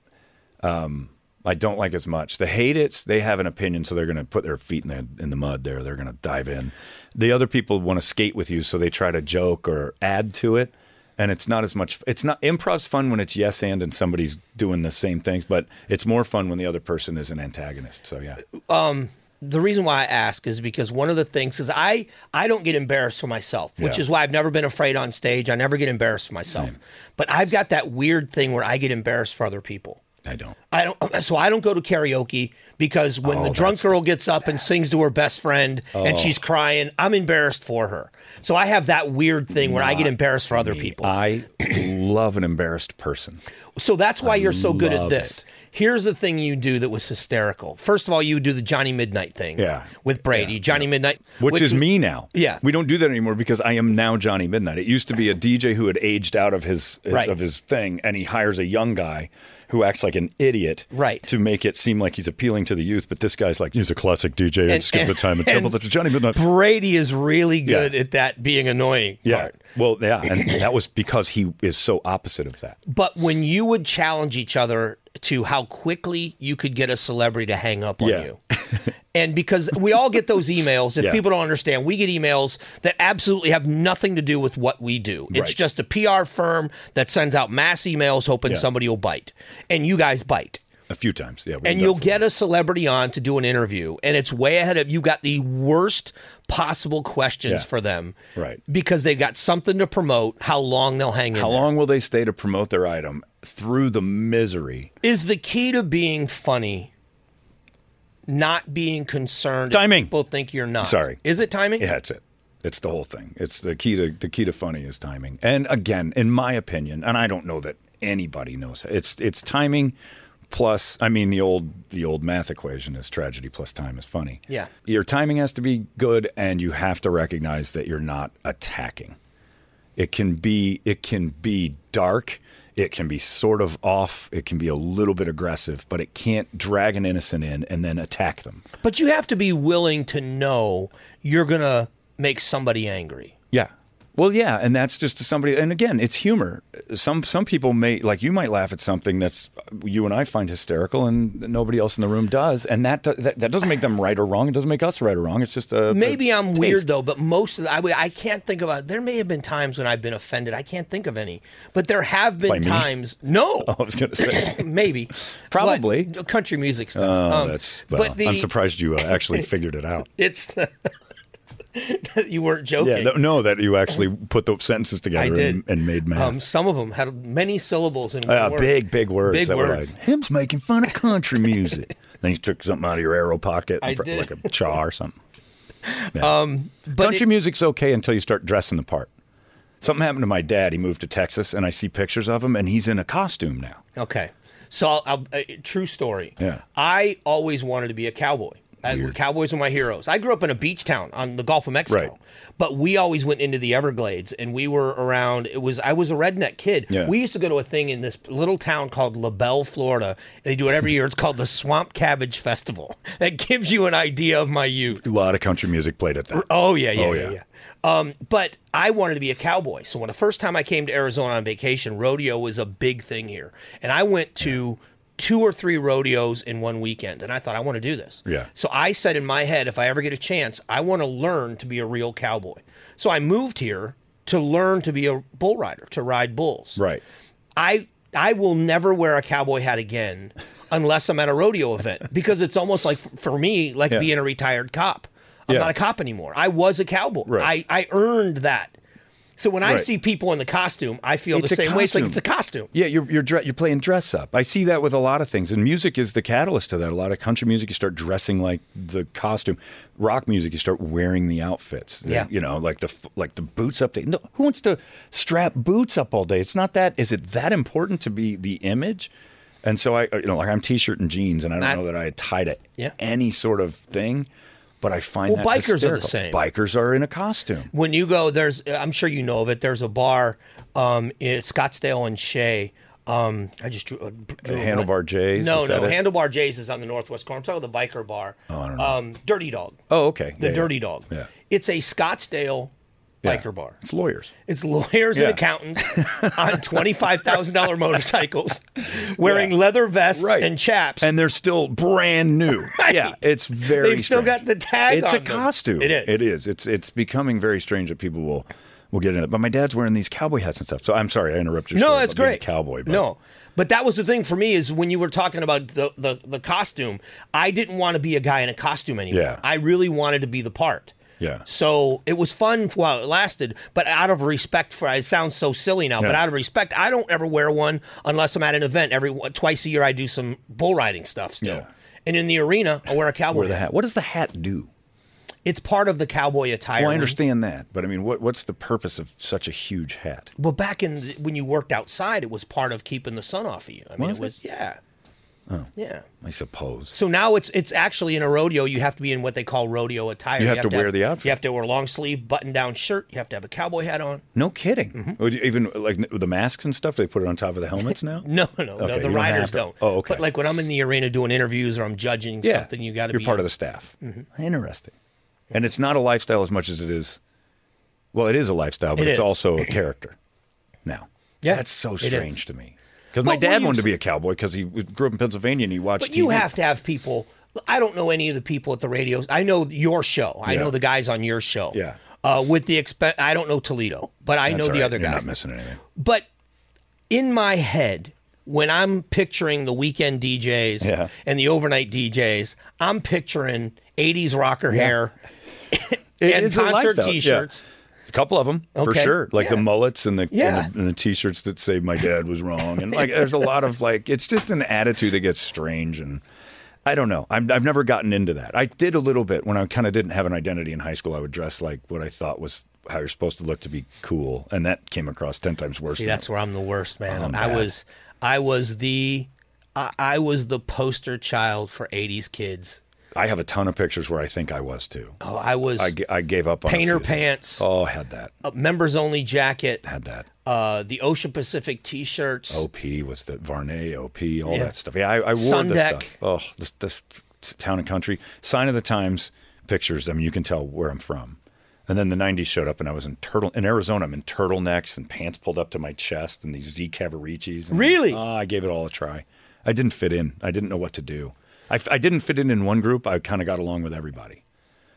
um, I don't like as much. The hate it's, they have an opinion, so they're going to put their feet in the, in the mud there. They're going to dive in. The other people want to skate with you, so they try to joke or add to it. And it's not as much, it's not improv's fun when it's yes and and somebody's doing the same things, but it's more fun when the other person is an antagonist. So, yeah.
the reason why I ask is because one of the things is I I don't get embarrassed for myself, which
Yeah.
is why I've never been afraid on stage. I never get embarrassed for myself. But I've got that weird thing where I get embarrassed for other people.
I don't.
I don't uh, so I don't go to karaoke because when
Oh,
the drunk girl gets up and sings to her best friend and she's crying, I'm embarrassed for her. So I have that weird thing where I get embarrassed for other people.
I love an embarrassed person.
So that's why you're so good at
love
this.
it.
Here's the thing you do that was hysterical. First of all, you do the Johnny Midnight thing.
Yeah.
With Brady. Johnny Midnight.
which, is me now.
Yeah.
we don't do that anymore because I am now Johnny Midnight. It used to be a DJ who had aged out of his uh,
Right.
of his thing, and he hires a young guy who acts like an idiot,
Right.
to make it seem like he's appealing to the youth. But this guy's like he's a classic DJ and,
And-
skip the time and,
and-
trouble. That's Johnny Midnight.
Brady is really good
Yeah.
at that being annoying
yeah,
part.
well, yeah, and that was because he is so opposite of that.
But when you would challenge each other to how quickly you could get a celebrity to hang up on
Yeah.
you. And because we all get those emails, if
Yeah.
people don't understand, we get emails that absolutely have nothing to do with what we do. It's
Right.
just a PR firm that sends out mass emails hoping somebody will bite. And you guys bite.
A few times, yeah, we
and
got
you'll
for
get a celebrity on to do an interview and it's way ahead of you got the worst possible questions
Yeah.
for them
Right.
because they've got something to promote how long they'll hang in
How
there.
long will they stay to promote their item through the misery?
is the key to being funny not being concerned if
Timing.
people think you're not
Sorry.
is it timing
Yeah, it's it. It's the whole thing. It's the key to the key to funny is timing. And again, in my opinion, and I don't know that anybody knows. It's it's timing plus I mean the old the old math equation is tragedy plus time is funny.
Yeah.
Your timing has to be good and you have to recognize that you're not attacking. It can be it can be dark. It can be sort of off. It can be a little bit aggressive, but it can't drag an innocent in and then attack them.
But you have to be willing to know you're going to make somebody angry.
Yeah. Well, yeah, and that's just to somebody. And again, it's humor. Some some people may like you might laugh at something that's uh, you and I find hysterical, and nobody else in the room does. And that do- that, that doesn't make them right or wrong. It doesn't make us right or wrong. It's just uh, a
Maybe
i
I'm weird though, but most of the, I, would- I can't think about. There may have been times when I've been offended. I can't think of any, but there have been
By me?
times. No,
I was gonna say.
maybe,
Probably.
But- country music stuff.
Oh,
Um,
that's. Well, I'm surprised you uh, actually figured it out.
It's you weren't joking.
Yeah, th- no, that you actually put the sentences together
I did
and, and made math.
Um, some of them had many syllables in one
Uh,
word.
big, big words.
Big
that were
words.
like, Him's making fun of country music. then you took something out of your arrow pocket, and
I
pr-
did.
like a chaw or something.
Um, but
country
it-
music's okay until you start dressing the part. Something happened to my dad. He moved to Texas, and I see pictures of him, and he's in a costume now.
Okay. So, I'll, I'll, uh, true story.
Yeah.
I always wanted to be a cowboy. I- cowboys are my heroes. I grew up in a beach town on the Gulf of Mexico,
Right.
but we always went into the Everglades, and we were around. It was I was a redneck kid.
Yeah.
We used to go to a thing in this little town called La Belle, Florida. They do it every year. It's called the Swamp Cabbage Festival. That gives you an idea of my youth.
A lot of country music played at that.
Oh yeah, yeah,
Oh,
yeah,
yeah.
yeah. Um, but I wanted to be a cowboy. So when the first time I came to Arizona on vacation, rodeo was a big thing here, and I went to two or three rodeos in one weekend, and I thought I want to do this.
Yeah.
So I said in my head, if I ever get a chance, I want to learn to be a real cowboy. So I moved here to learn to be a bull rider, to ride bulls.
Right.
I I will never wear a cowboy hat again unless I'm at a rodeo event because it's almost like for me like
Yeah.
being a retired cop. I'm
Yeah.
not a cop anymore. I was a cowboy.
Right.
I I earned that. So when I
Right.
see people in the costume, I feel
It's
the
a
same way. It's like
costume.
it's a costume.
Yeah, you're you're dre- you're playing dress up. I see that with a lot of things, and music is the catalyst to that. A lot of country music, you start dressing like the costume. Rock music, you start wearing the outfits. The-
Yeah.
you know, like the f- like the boots up. To, no, who wants to strap boots up all day? It's not that. Is it that important to be the image? And so I, you know, like I'm t-shirt and jeans, and I don't
I-
know that I tie to
Yeah.
any sort of thing. But I find
Well,
that
bikers are the
hysterical.
same.
Bikers are in a costume.
When you go, there's I'm sure you know of it. There's a bar um, in Scottsdale and Shea. Um, I just drew, uh, drew a
Handlebar
blank.
J's,
No,
is
no,
that it?
Handlebar J's is on the northwest corner. I'm talking about the biker bar. Oh, I don't know. Um, Dirty Dog.
Oh, okay.
the
Yeah, yeah.
Dirty Dog.
Yeah.
It's a Scottsdale
Yeah.
biker bar.
It's lawyers.
It's lawyers
Yeah.
and accountants on $25,000 motorcycles wearing leather vests
right.
and chaps.
and they're still brand new.
Right.
Yeah, it's very.
They've still got
strange.
the tag
It's
on
a
them.
costume.
It is.
It is. It's it's becoming very strange that people will will get into it. But my dad's wearing these cowboy hats and stuff. So I'm sorry I interrupted. Your
no,
story
that's
about being
great.
a cowboy. But
No. But that was the thing for me is when you were talking about the, the, the costume, I didn't want to be a guy in a costume anymore.
Yeah.
I really wanted to be the part.
Yeah.
So it was fun for while it lasted, but out of respect for it sounds so silly now, but
Yeah.
out of respect, I don't ever wear one unless I'm at an event. Every twice a year, I do some bull riding stuff still,
Yeah.
and in the arena, I wear a cowboy
Wear the hat. What does the hat do?
It's part of the cowboy attire.
Well, I understand that, but I mean, what what's the purpose of such a huge hat?
Well, back in the, when you worked outside, it was part of keeping the sun off of you. I mean,
Was
it
it?
was yeah, oh. yeah.
I suppose.
So now it's it's actually in a rodeo. You have to be in what they call rodeo attire.
You have to wear the outfit.
You have to wear a long sleeve, button down shirt. You have to have a cowboy hat on.
No kidding. Would you even like n- the masks and stuff, they put it on top of the helmets now.
No, no,
Okay,
no.
you
The
don't
riders
have to-
don't.
Oh, okay.
But like when I'm in the arena doing interviews or I'm judging something, you got to
You're
be
part of the staff. Interesting. And it's not a lifestyle as much as it is. Well, it is a lifestyle, but
It
it's
is.
also a character. Now,
Yeah,
that's so
it is.
strange to me. Because
Well,
my
what
dad
you
wanted to
s-
be a cowboy because he w- grew up in Pennsylvania and he watched.
But you
TV.
have to have people. I don't know any of the people at the radios. I know your show. I
Yeah.
know the guys on your show.
Yeah.
Uh, with the expe- I don't know Toledo, but I
That's
know
all
the
right.
other
You're
guys.
Not missing anything.
But in my head, when I'm picturing the weekend DJs
Yeah.
and the overnight DJs, I'm picturing 80s rocker hair
It
and
is a
concert
lifestyle, yeah.
T-shirts.
A couple of them for
Okay.
sure, like the mullets and the,
Yeah.
and the and the t-shirts that say "My dad was wrong," and like there's a lot of like it's just an attitude that gets strange, and I don't know. I'm, I've never gotten into that. I did a little bit when I kind of didn't have an identity in high school. I would dress like what I thought was how you're supposed to look to be cool, and that came across ten times worse.
See,
than
that's
it.
where I'm the worst, man.
I'm
I
bad.
was, I was the, I, I was the poster child for '80s kids.
I have a ton of pictures where I think I was too.
Oh, I was
I, g- I gave up on a
Painter
few of those.
pants.
Oh, had that.
a members only jacket,
Had that.
uh, the Ocean Pacific T-shirts.
OP was the Varney OP, all
Yeah.
that stuff. Yeah, I, I wore this
Sundeck.
stuff. Oh, this, this town and country sign of the times pictures. I mean, you can tell where I'm from. And then the '90s showed up, and I was in turtle in Arizona. I'm in turtlenecks and pants pulled up to my chest, and these Z Cavaricis. and-
Really?
Ah, I gave it all a try. I didn't fit in. I didn't know what to do. I, f- I didn't fit in in one group. I kind of got along with everybody,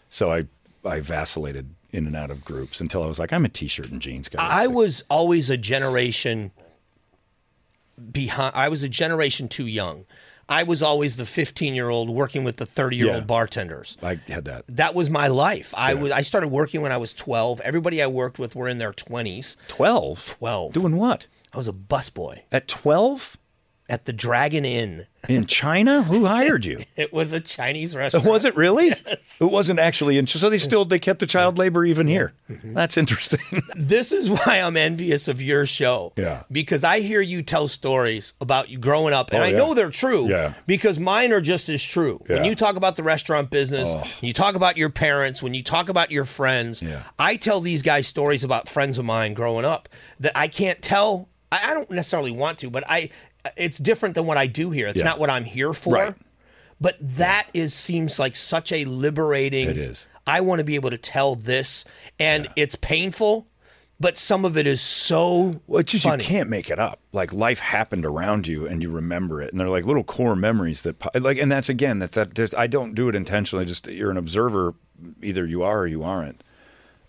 so I I vacillated in and out of groups until I was like, I'm a t-shirt and jeans guy.
I
Let's stick-
was always a generation behind. I was a generation too young. I was always the 15 year old working with the 30 year
Yeah.
old bartenders.
I had that.
That was my life. I was. I started working when I was 12. Everybody I worked with were in their 20s.
Twelve.
12.
Doing what?
I was a busboy
At 12?
at the Dragon Inn.
In China? Who hired you?
It was a Chinese restaurant.
Was it really? It wasn't actually in so they still they kept the child labor even here. That's interesting.
This is why I'm envious of your show.
Yeah.
Because I hear you tell stories about you growing up, and
Oh,
I
yeah.
know they're true.
Yeah.
Because mine are just as true. When
Yeah.
you talk about the restaurant business, you talk about your parents, when you talk about your friends,
Yeah.
I tell these guys stories about friends of mine growing up that I can't tell. I, I don't necessarily want to, but I. It's different than what I do here. It's
Yeah.
not what I'm here for.
Right.
But that is seems like such a liberating.
It is.
I want to be able to tell this, and it's painful, but some of it is so.
Well, it's just
Funny.
you can't make it up. Like life happened around you, and you remember it, and they're like little core memories that po- like. And that's again that that there's, I don't do it intentionally. Just you're an observer, either you are or you aren't.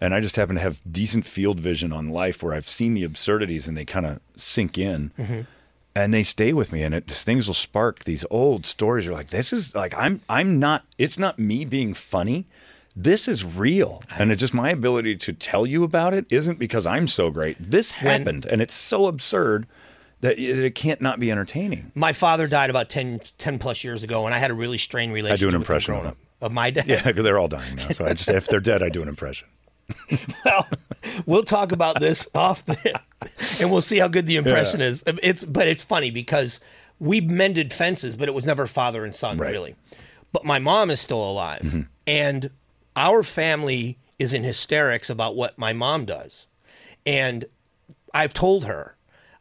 And I just happen to have decent field vision on life, where I've seen the absurdities, and they kind of sink in,
Mm-hmm.
and they stay with me. And it things will spark these old stories. You're like, this is like I'm I'm not. It's not me being funny. This is real, and it's just my ability to tell you about it isn't because I'm so great. This happened, and it's so absurd that it it can't not be entertaining.
My father died about 10, 10 plus years ago, and I had a really strained relationship. with him
impression of
growing
him.
up. Of my dad.
Yeah, 'cause they're all dying now. So I just if they're dead, I do an impression.
well, we'll talk about this off, the, and we'll see how good the impression is. It's but it's funny because we mended fences, but it was never father and son
Right. Mm-hmm.
really. But my mom is still alive, and our family is in hysterics about what my mom does, and I've told her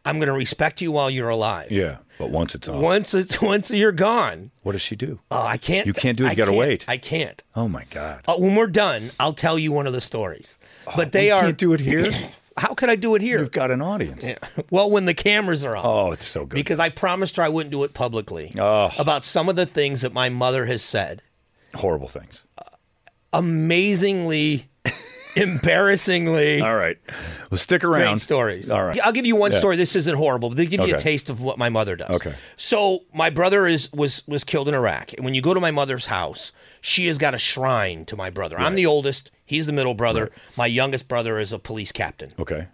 I'm going to respect you while you're alive.
Yeah, but once it's on,
Once it's once you're gone,
what does she do?
oh, I can't.
You can't do it.
I
You gotta
can't-
wait.
I can't.
Oh my god!
Uh, when we're done, I'll tell you one of the stories. but they
Oh, we
are
can't do it here?
How could I do it here?
You've got an audience.
well, when the cameras are on.
Oh, it's so good.
Because I promised her I wouldn't do it publicly
Oh.
about some of the things that my mother has said.
Horrible things.
Amazingly, embarrassingly
All right, well, stick
great
around.
stories.
All right.
I'll give you one
Yeah.
story. This isn't horrible, but they give you a
Okay.
taste of what my mother does.
Okay.
So my brother is was was killed in Iraq, and when you go to my mother's house, she has got a shrine to my brother. I'm the oldest. He's the middle brother. My youngest brother is a police captain.
Okay.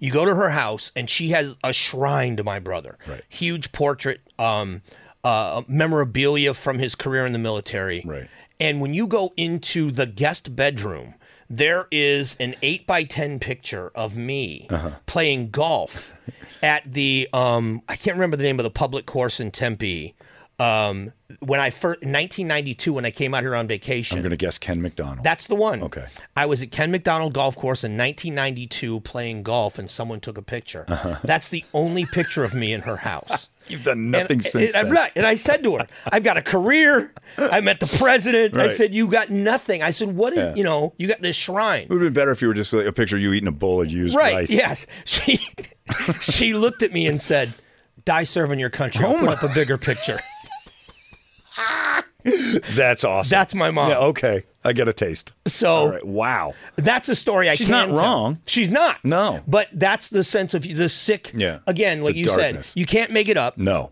You go to her house, and she has a shrine to my brother.
Right.
Huge portrait, um, uh, memorabilia from his career in the military.
Right.
And when you go into the guest bedroom, there is an eight by ten picture of me
Uh-huh.
playing golf at the um, I can't remember the name of the public course in Tempe. Um, when I first 1992, when I came out here on vacation,
I'm gonna guess Ken McDonald.
that's the one.
Okay.
I was at Ken McDonald Golf Course in 1992 playing golf, and someone took a picture.
Uh-huh.
That's the only picture of me in her house.
You've done
And-
nothing
and,
since
I'm
then.
not- and I said to her, "I've got a career. I met the president. I
Right.
said you got nothing. I said what? Is, You know, you got this shrine."
It would have been better if you were just like a picture of you eating a bowl of used
Right.
rice.
Yes. She she looked at me and said, "Die serving your country. I'll put up a bigger picture."
That's awesome.
That's my mom.
Yeah, okay. I get a taste.
So
All right. Wow.
That's a story I
She's
can
not
tell.
wrong.
She's not.
No.
But that's the sense of the sick.
Yeah.
Again, like
The
you
darkness.
said, you can't make it up.
No.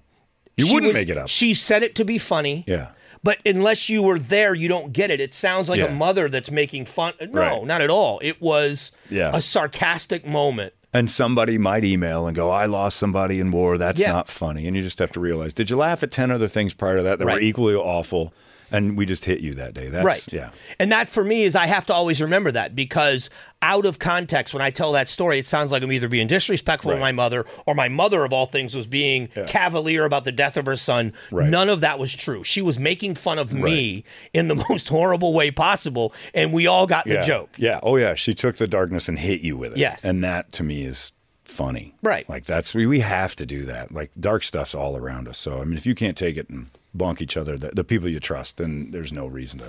You
She
wouldn't
was-
make it up.
She said it to be funny.
Yeah.
But unless you were there, you don't get it. It sounds like a
Yeah.
mother that's making fun. No,
Right.
not at all. It was
Yeah.
a sarcastic moment.
and somebody might email and go, I lost somebody in war. That's
Yeah.
not funny. And you just have to realize, did you laugh at 10 other things prior to that that were
Right.
equally awful? and we just hit you that day. That's
Right.
yeah.
And that for me is I have to always remember that because out of context, when I tell that story, it sounds like I'm either being disrespectful to
Right.
my mother or my mother, of all things, was being cavalier about the death of her son.
Right.
None of that was true. She was making fun of me in the most horrible way possible. And we all got
yeah.
the joke.
Yeah. Oh yeah. She took the darkness and hit you with it.
Yes.
And that to me is funny.
Right.
Like that's we we have to do that. Like dark stuff's all around us. So I mean, if you can't take it and bonk each other, the, the people you trust, then there's no reason to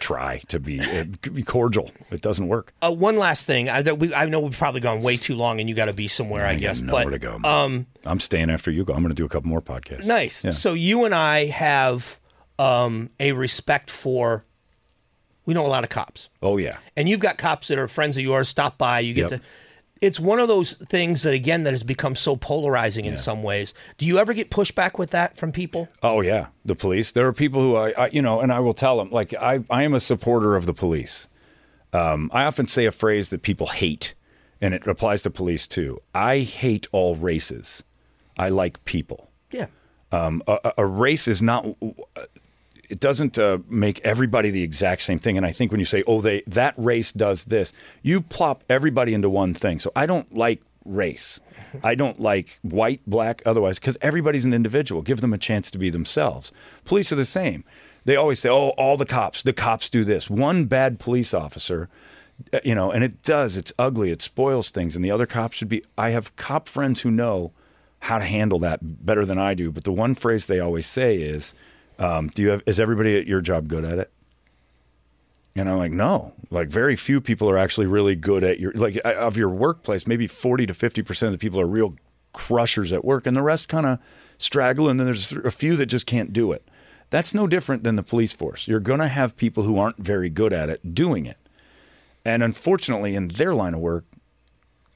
try to be, uh, be cordial. It doesn't work.
Uh, one last thing. I, that we, I know we've probably gone way too long and you got to be somewhere, I, guess.
got
But
nowhere to go. Um, I'm staying after you go. I'm going to do a couple more podcasts.
Nice.
Yeah.
So you and I have um, a respect for. We know a lot of cops,
Oh yeah.
and you've got cops that are friends of yours. Stop by. You get
Yep.
to. It's one of those things that again that has become so polarizing in some ways. Do you ever get pushback with that from people?
Oh yeah, the police. There are people who I, I you know, and I will tell them like I, I am a supporter of the police. Um, I often say a phrase that people hate, and it applies to police too. I hate all races. I like people.
Yeah.
Um, a, a- a race is not. It doesn't uh, make everybody the exact same thing. And I think when you say, "Oh, they that race does this," you plop everybody into one thing. So I don't like race. I don't like white, black, otherwise, because everybody's an individual. Give them a chance to be themselves. Police are the same. They always say, "Oh, all the cops. The cops do this." One bad police officer uh, you know, and it does. It's ugly. It spoils things. And the other cops should be. I have cop friends who know how to handle that better than I do. But the one phrase they always say is, um, "Do you have? Is everybody at your job good at it?" And I'm like, no, like very few people are actually really good at your like uh, of your workplace. Maybe 40 to 50 percent of the people are real crushers at work, and the rest kind of straggle. And then there's a few that just can't do it. That's no different than the police force. You're going to have people who aren't very good at it doing it. And unfortunately, in their line of work,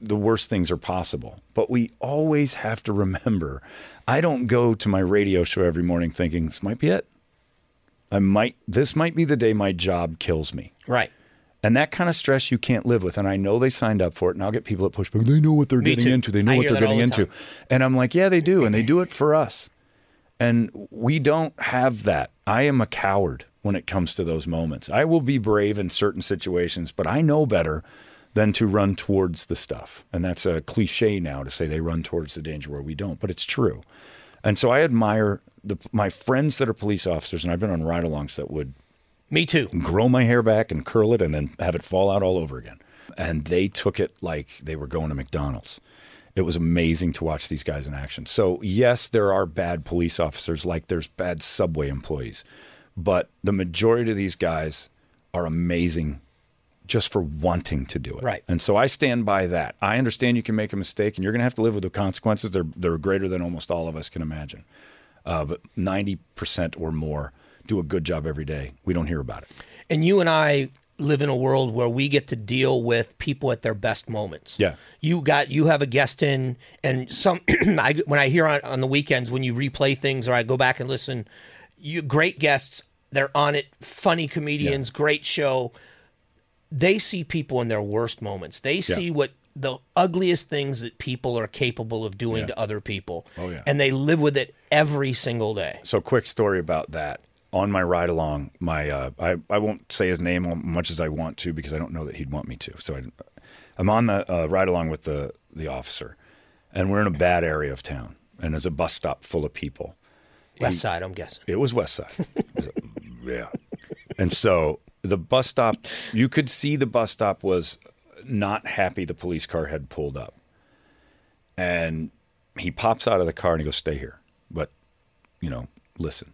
the worst things are possible. But we always have to remember I don't go to my radio show every morning thinking this might be it. I might, this might be the day my job kills me.
Right.
And that kind of stress you can't live with. And I know they signed up for it. And I'll get people at pushback. They know what they're
Me
getting
too.
into. They know
I
what
hear
they're
that all
getting
the
into.
time.
And I'm like, yeah, they do. And they do it for us. And we don't have that. I am a coward when it comes to those moments. I will be brave in certain situations, but I know better than to run towards the stuff. And that's a cliche now to say they run towards the danger where we don't, but it's true. And so I admire the, my friends that are police officers, and I've been on ride alongs that would
Me too.
grow my hair back and curl it and then have it fall out all over again. And they took it like they were going to McDonald's. It was amazing to watch these guys in action. So, yes, there are bad police officers, like there's bad subway employees, but the majority of these guys are amazing just for wanting to do it.
Right.
And so I stand by that. I understand you can make a mistake and you're going to have to live with the consequences. They're, they're greater than almost all of us can imagine. Uh, but 90% or more do a good job every day. We don't hear about it.
And you and I live in a world where we get to deal with people at their best moments.
Yeah.
You got you have a guest in and some I when I hear on, on the weekends when you replay things or I go back and listen, you great guests, they're on it, funny comedians, great show. They see people in their worst moments. They see what the ugliest things that people are capable of doing to other people. Oh
yeah.
And they live with it every single day.
so quick story about that on my ride along my uh, I, I won't say his name as much as i want to because i don't know that he'd want me to so I, i'm on the uh, ride along with the the officer and we're in a bad area of town and there's a bus stop full of people
West side, I'm guessing.
it was West Side. It was- yeah. And so the bus stop, you could see the bus stop was not happy the police car had pulled up. And he pops out of the car and he goes, Stay here. But, you know, listen.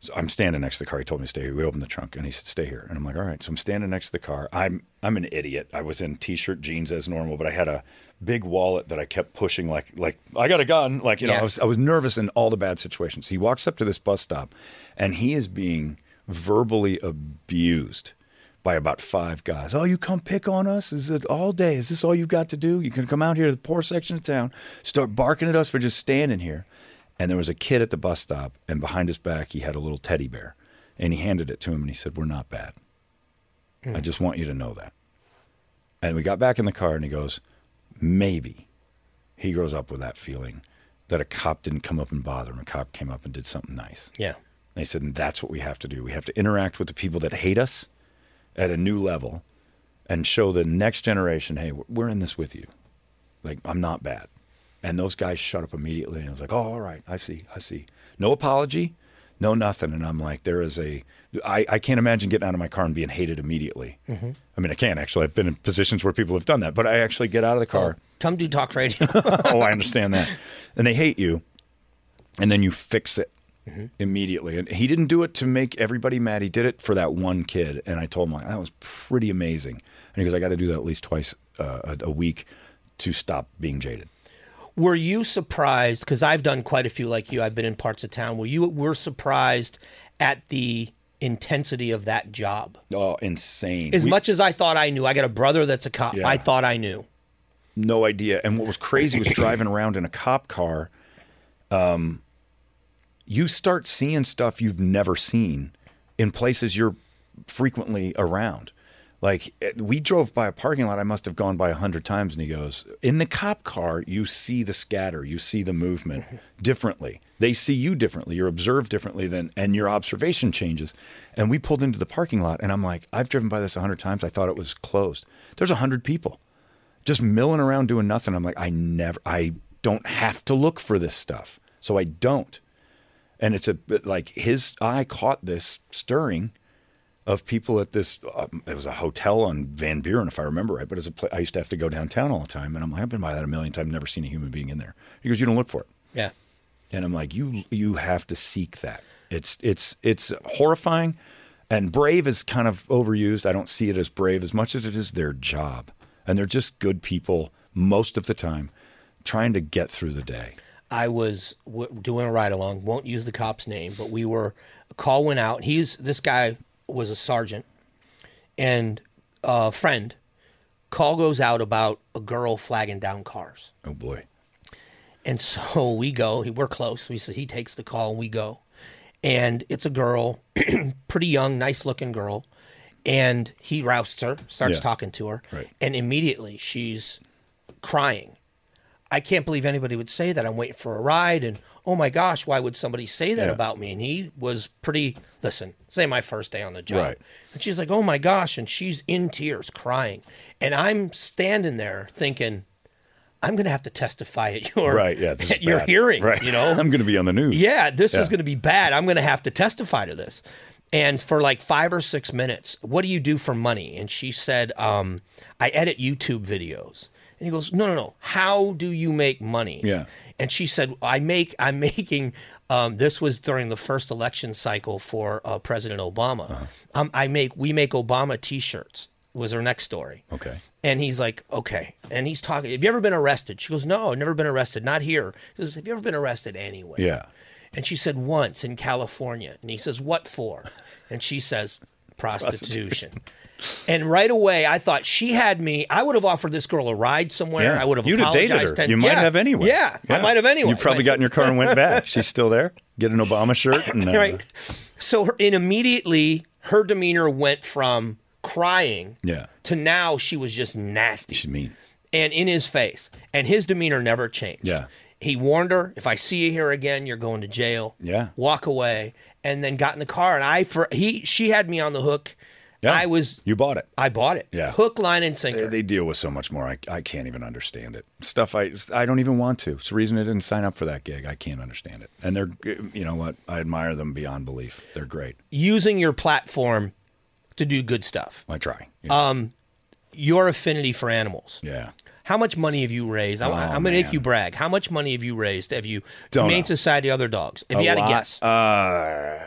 So I'm standing next to the car. He told me to stay here. We opened the trunk and he said, Stay here. And I'm like, All right. So I'm standing next to the car. I'm I'm an idiot. I was in t shirt jeans as normal, but I had a big wallet that I kept pushing like like I got a gun. Like, you know,
Yeah.
I was I was nervous in all the bad situations. He walks up to this bus stop and he is being verbally abused by about five guys. Oh, you come pick on us? Is it all day? Is this all you've got to do? You can come out here to the poor section of town, start barking at us for just standing here. And there was a kid at the bus stop, and behind his back, he had a little teddy bear. And he handed it to him and he said, We're not bad. I just want you to know that. And we got back in the car and he goes, Maybe he grows up with that feeling that a cop didn't come up and bother him. A cop came up and did something nice.
Yeah.
And he said, and that's what we have to do. We have to interact with the people that hate us at a new level and show the next generation, hey, we're- we're in this with you. Like, I'm not bad. And those guys shut up immediately. And I was like, oh, all right, I see, I see. No apology, no nothing. And I'm like, there is a, I, I can't imagine getting out of my car and being hated immediately. I mean, I can actually. I've been in positions where people have done that, but I actually get out of the car
Come do talk radio.
oh, I understand that. And they hate you, and then you fix it immediately. And he didn't do it to make everybody mad. He did it for that one kid. And I told him like that was pretty amazing. And he goes, I got to do that at least twice uh, a, a week to stop being jaded.
were you surprised? Because I've done quite a few like you. I've been in parts of town. Were you were surprised at the intensity of that job?
Oh, insane!
As
We-
much as I thought I knew, I got a brother that's a cop.
Yeah.
I thought I knew.
no idea. And what was crazy was driving around in a cop car. Um, you start seeing stuff you've never seen in places you're frequently around. Like eh, we drove by a parking lot, I must have gone by a hundred times, and he goes, "In the cop car, you see the scatter, you see the movement differently. They see you differently. You're observed differently than, and your observation changes." And we pulled into the parking lot, and I'm like, "I've driven by this a hundred times. I thought it was closed. There's a hundred people." just milling around doing nothing. I'm like, I never, I don't have to look for this stuff. So I don't. And it's a bit like his eye caught this stirring of people at this. Um, it was a hotel on Van Buren, if I remember right. But as a pla I used to have to go downtown all the time, and I'm like, I've been by that a million times, never seen a human being in there. He goes, you don't look for it,
Yeah.
and I'm like, you you have to seek that. It's it's it's horrifying, and brave is kind of overused. I don't see it as brave as much as it is their job, and they're just good people most of the time, trying to get through the day.
I was w- doing a ride along. Won't use the cop's name, but we were. A call went out. He's this guy was a sergeant, and a friend. Call goes out about a girl flagging down cars.
Oh boy,
And so we go. We're close. We so he takes the call and we go. And it's a girl, pretty young, nice looking girl. And he rousts her, starts
Yeah.
talking to her,
Right.
and immediately she's crying. I can't believe anybody would say that. I'm waiting for a ride, and oh my gosh, why would somebody say that
Yeah.
about me? And he was pretty. Listen, say my first day on the job,
Right.
and she's like, oh my gosh, and she's in tears, crying, and I'm standing there thinking, I'm going to have to testify at your
right? Yeah, this is
at your
bad.
hearing,
Right,
you know,
I'm going to be on the news.
yeah, this
Yeah.
is going to be bad. I'm going to have to testify to this. And for like five or six minutes, what do you do for money? And she said, um, I edit YouTube videos. And he goes, No, no, no. How do you make money?
Yeah.
And she said, I make, I'm making, um, this was during the first election cycle for uh, President Obama.
Uh-huh.
Um, I make, we make Obama t shirts, was her next story.
Okay.
And he's like, okay. And he's talking, have you ever been arrested? She goes, no, I've never been arrested. Not here. He goes, have you ever been arrested anyway?
Yeah.
And she said, once in California. And he says, what for? And she says, prostitution. and right away, I thought she had me. I would have offered this girl a ride somewhere.
Yeah.
I would have
You'd have
apologized.
dated her.
ten-
you might
Yeah.
have anyway.
Yeah, I might have anyway.
You probably
Like-
got in your car and went back. She's still there. Get an Obama shirt. And, uh,
right. So her, and immediately her demeanor went from crying
Yeah.
to now she was just nasty.
She's mean.
and in his face. And his demeanor never changed.
Yeah.
He warned her, if I see you here again, you're going to jail.
Yeah.
Walk away. And then got in the car and I for he she had me on the hook.
Yeah.
I was
You bought it.
I bought it.
Yeah.
Hook, line, and sinker.
They deal with so much more. I, I can't even understand it. Stuff I I don't even want to. It's the reason I didn't sign up for that gig. I can't understand it. And they're you know what? I admire them beyond belief. They're great.
Using your platform to do good stuff.
I try.
Um,
Yeah.
Your affinity for animals.
yeah.
How much money have you raised? I, I'm going to make you brag. How much money have you raised? Have you
Oh, Don't
Humane
know.
Society, other dogs? If you had
lot.
a guess,
Uh,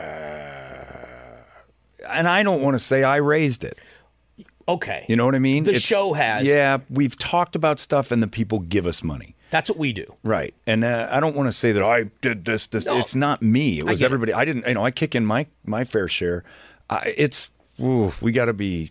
And I don't want to say I raised it.
okay,
You know what I mean?
The show has.
Yeah, we've talked about stuff and the people give us money.
that's what we do.
Right. And uh, I don't want to say that I did this. This
No.
it's not me. It was
get it.
everybody. I didn't. You know, I kick in my my fair share. I, it's ooh, we got to be.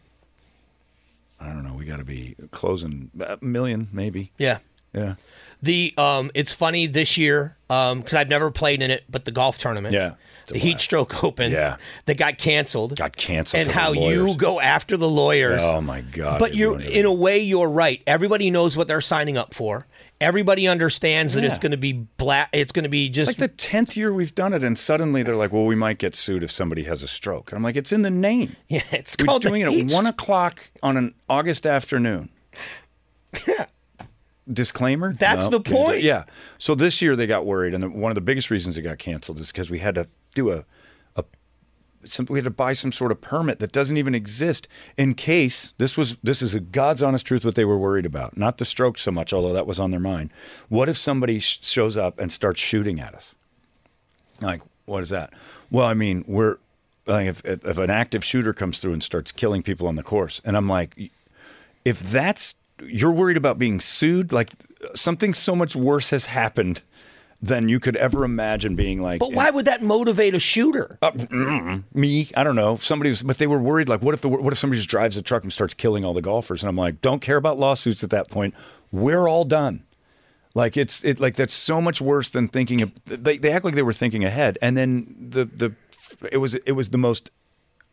I don't know. We got to be closing uh, a million, maybe.
Yeah,
Yeah.
The um, it's funny this year because I've never played in it, but the golf tournament,
Yeah. It's a
the Heat Stroke Open,
Yeah.
that got canceled,
Got canceled.
and
'cause of
how you
lawyers.
go after the lawyers.
Oh my god!
But
it
you're
ruined
in a way you're right. Everybody knows what they're signing up for. Everybody understands that it's
Yeah.
going to be black. It's going to be just
like the tenth year we've done it, and suddenly they're like, "Well, we might get sued if somebody has a stroke." And I'm like, "It's in the name.
yeah. It's
We're
called the
doing it
Heat
at one o'clock on an August afternoon." Disclaimer.
That's the
kidding.
point.
Yeah. So this year they got worried, and the, one of the biggest reasons it got canceled is because we had to do a, a some, we had to buy some sort of permit that doesn't even exist in case this was this is a God's honest truth what they were worried about, not the stroke so much, although that was on their mind. What if somebody sh- shows up and starts shooting at us? Like, what is that? Well, I mean, we're like if if an active shooter comes through and starts killing people on the course, and I'm like, if that's you're worried about being sued, like something so much worse has happened than you could ever imagine being like.
But why would that motivate a shooter?
Uh, me? I don't know. Somebody was, but they were worried. Like, what if the what if somebody just drives a truck and starts killing all the golfers? And I'm like, don't care about lawsuits at that point. We're all done. Like it's it like that's so much worse than thinking. Of, they they act like they were thinking ahead, and then the the it was it was the most.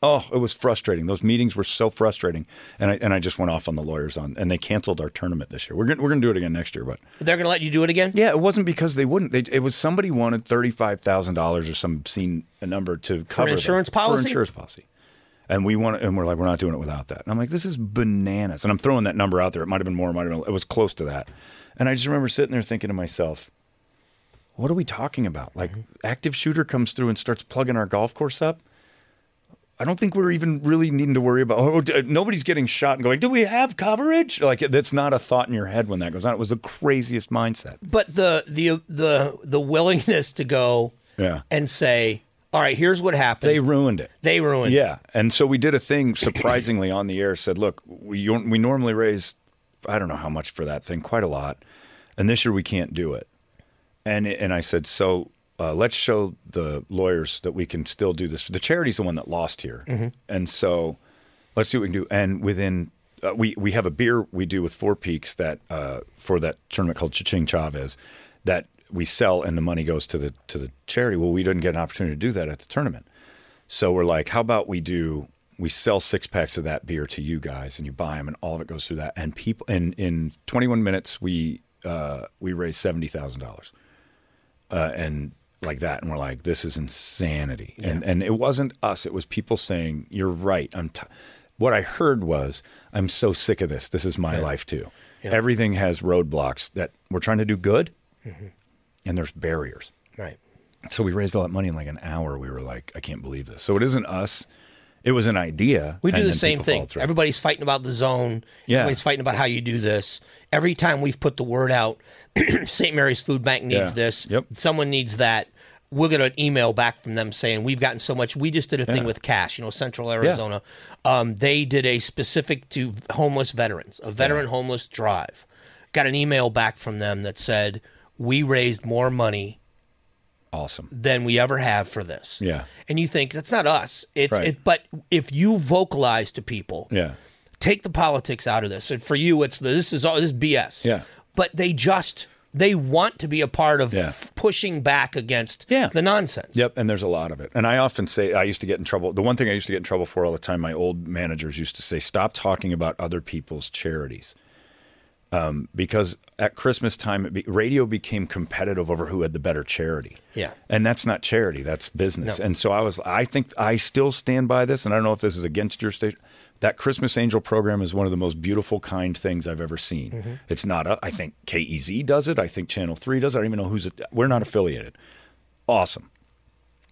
Oh, it was frustrating. Those meetings were so frustrating, and I and I just went off on the lawyers on, and they canceled our tournament this year. We're gonna, we're going to do it again next year, but
They're going to let you do it again?
yeah, it wasn't because they wouldn't. They, it was somebody wanted thirty five thousand dollars or some obscene number to cover them.
insurance policy?
For insurance policy, and we want and we're like we're not doing it without that. And I'm like, this is bananas. And I'm throwing that number out there. It might have been more. It might have been. It was close to that. And I just remember sitting there thinking to myself, what are we talking about? Like,
Mm-hmm.
active shooter comes through and starts plugging our golf course up. I don't think we're even really needing to worry about. Oh, d- nobody's getting shot and going. Do we have coverage? Like that's not a thought in your head when that goes on. It was the craziest mindset.
But the the the the willingness to go
Yeah.
and say, "All right, here's what happened.
They ruined it.
They ruined." it."
Yeah. And so we did a thing surprisingly on the air said, look, we, we normally raise, I don't know how much for that thing, quite a lot. And this year we can't do it. And, it, and I said, so uh, let's show the lawyers that we can still do this. The charity's the one that lost here. And so let's see what we can do. And within, uh, we, we have a beer we do with Four Peaks that uh, for that tournament called Ching Chavez that we sell and the money goes to the to the charity. Well, we didn't get an opportunity to do that at the tournament. So we're like, how about we do we sell six packs of that beer to you guys and you buy them and all of it goes through that and people in in 21 minutes we uh we raised seventy thousand dollars uh and like that and we're like this is insanity and and it wasn't us it was people saying you're right I'm t-. what I heard was I'm so sick of this this is my life too everything has roadblocks that we're trying to do good and there's barriers
Right.
so we raised all that money in like an hour. We were like, I can't believe this. So it isn't us. It was an idea.
We do
and
the
then
same
people
thing.
followed through.
Everybody's fighting about the zone.
Yeah.
Everybody's fighting about how you do this. Every time we've put the word out, St. Mary's Food Bank needs
Yeah.
this.
Yep.
Someone needs that. We'll get an email back from them saying we've gotten so much. We just did a thing with cash, you know, Central Arizona. Um, they did a specific to homeless veterans, a veteran homeless drive. Got an email back from them that said we raised more money
awesome.
than we ever have for this.
Yeah.
And you think that's not us. It's
Right.
it, but if you vocalize to people,
Yeah.
take the politics out of this. And for you, it's the, this is all this is BS.
Yeah.
But they just they want to be a part of
Yeah.
f- pushing back against
Yeah.
the nonsense.
Yep. And there's a lot of it. And I often say, I used to get in trouble. The one thing I used to get in trouble for all the time, my old managers used to say, stop talking about other people's charities. Um, because at Christmas time, it be, radio became competitive over who had the better charity.
Yeah.
And that's not charity, that's business. And so I was, I think I still stand by this. And I don't know if this is against your station. That Christmas Angel program is one of the most beautiful, kind things I've ever seen. It's not, a, I think KEZ does it. I think Channel 3 does it. I don't even know who's, it, we're not affiliated. Awesome.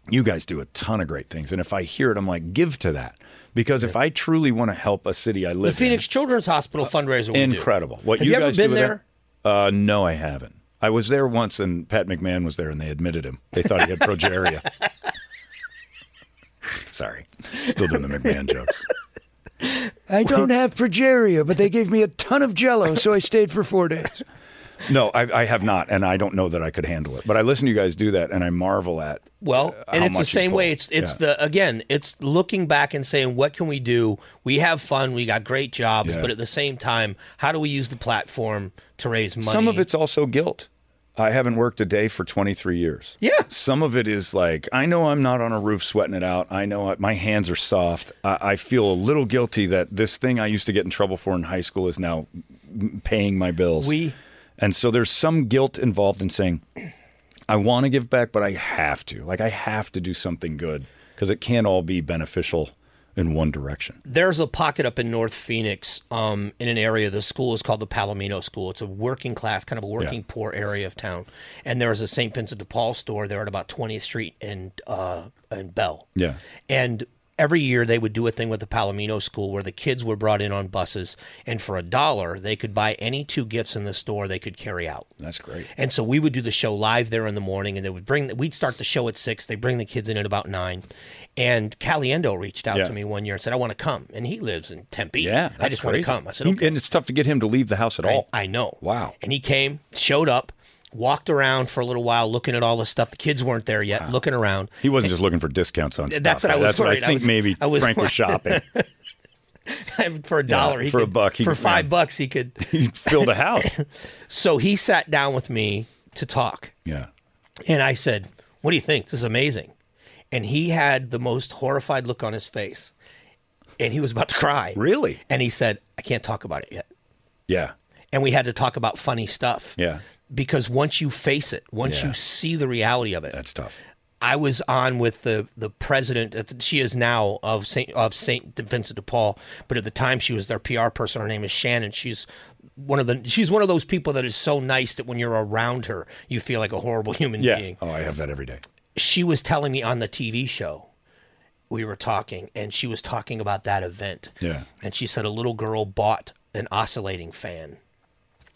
You guys do a ton of great things. And if I hear it, I'm like, give to that. Because if I truly want to help a city I
The
live in,
Phoenix Children's Hospital fundraiser. We do.
Uh, incredible. What
Have
you,
you ever
guys
been
do
there?
Uh, no, I haven't. I was there once, and Pat McMahon was there, and they admitted him. They thought he had progeria. Sorry, still doing the McMahon jokes.
I don't have progeria, but they gave me a ton of jello, so I stayed for four days.
No, I, I have not, and I don't know that I could handle it. But I listen to you guys do that, and I marvel at.
Well,
uh,
and
how
it's the
much you
same
pull.
way. It's it's
Yeah.
the again, it's looking back and saying, what can we do? We have fun. We got great jobs,
Yeah.
but at the same time, how do we use the platform to raise money?
Some of it's also guilt. I haven't worked a day for 23 years.
Yeah.
Some of it is like, I know I'm not on a roof sweating it out. I know I, my hands are soft. I, I feel a little guilty that this thing I used to get in trouble for in high school is now m- paying my bills.
We-
and so there's some guilt involved in saying, I want to give back, but I have to. Like, I have to do something good because it can't all be beneficial in one direction.
there's a pocket up in North Phoenix um, in an area. The school is called the Palomino School. It's a working class, kind of a working poor area of town. And there is a St. Vincent de Paul store there at about 20th Street and uh, and Bell.
Yeah.
And every year they would do a thing with the Palomino School where the kids were brought in on buses, and for a dollar they could buy any two gifts in the store they could carry out.
That's great.
And so we would do the show live there in the morning, and they would bring. We'd start the show at six. They bring the kids in at about nine. And Caliendo reached out
Yeah.
to me one year and said, "I want to come." And he lives in Tempe.
Yeah.
I
that's
just want to
crazy.
come. I said,
He-
"Okay." Oh,
And it's tough to get him to leave the house at all.
I know.
Wow.
And he came, showed up, walked around for a little while, looking at all the stuff. The kids weren't there yet, looking around.
He wasn't just looking for discounts on stuff.
That's what I was
That's what
worried. I
I think
was-
maybe
I was
Frank was
worried.
shopping.
for a dollar, he
for a
could-
buck, he
for
could-
five
yeah.
bucks, he could.
he filled a house.
So he sat down with me to talk.
Yeah.
And I said, What do you think? This is amazing. And he had the most horrified look on his face. And he was about to cry.
Really?
And he said, I can't talk about it yet.
Yeah.
And we had to talk about funny stuff.
Yeah.
Because once you face it, once
Yeah.
you see the reality of it,
That's tough.
I was on with the the president. She is now of Saint of Saint Vincent de Paul, but at the time she was their PR person. Her name is Shannon. She's one of the she's one of those people that is so nice that when you're around her, you feel like a horrible human
Yeah.
being
Oh, I have that every day.
she was telling me on the TV show we were talking and she was talking about that event.
Yeah.
And she said a little girl bought an oscillating fan.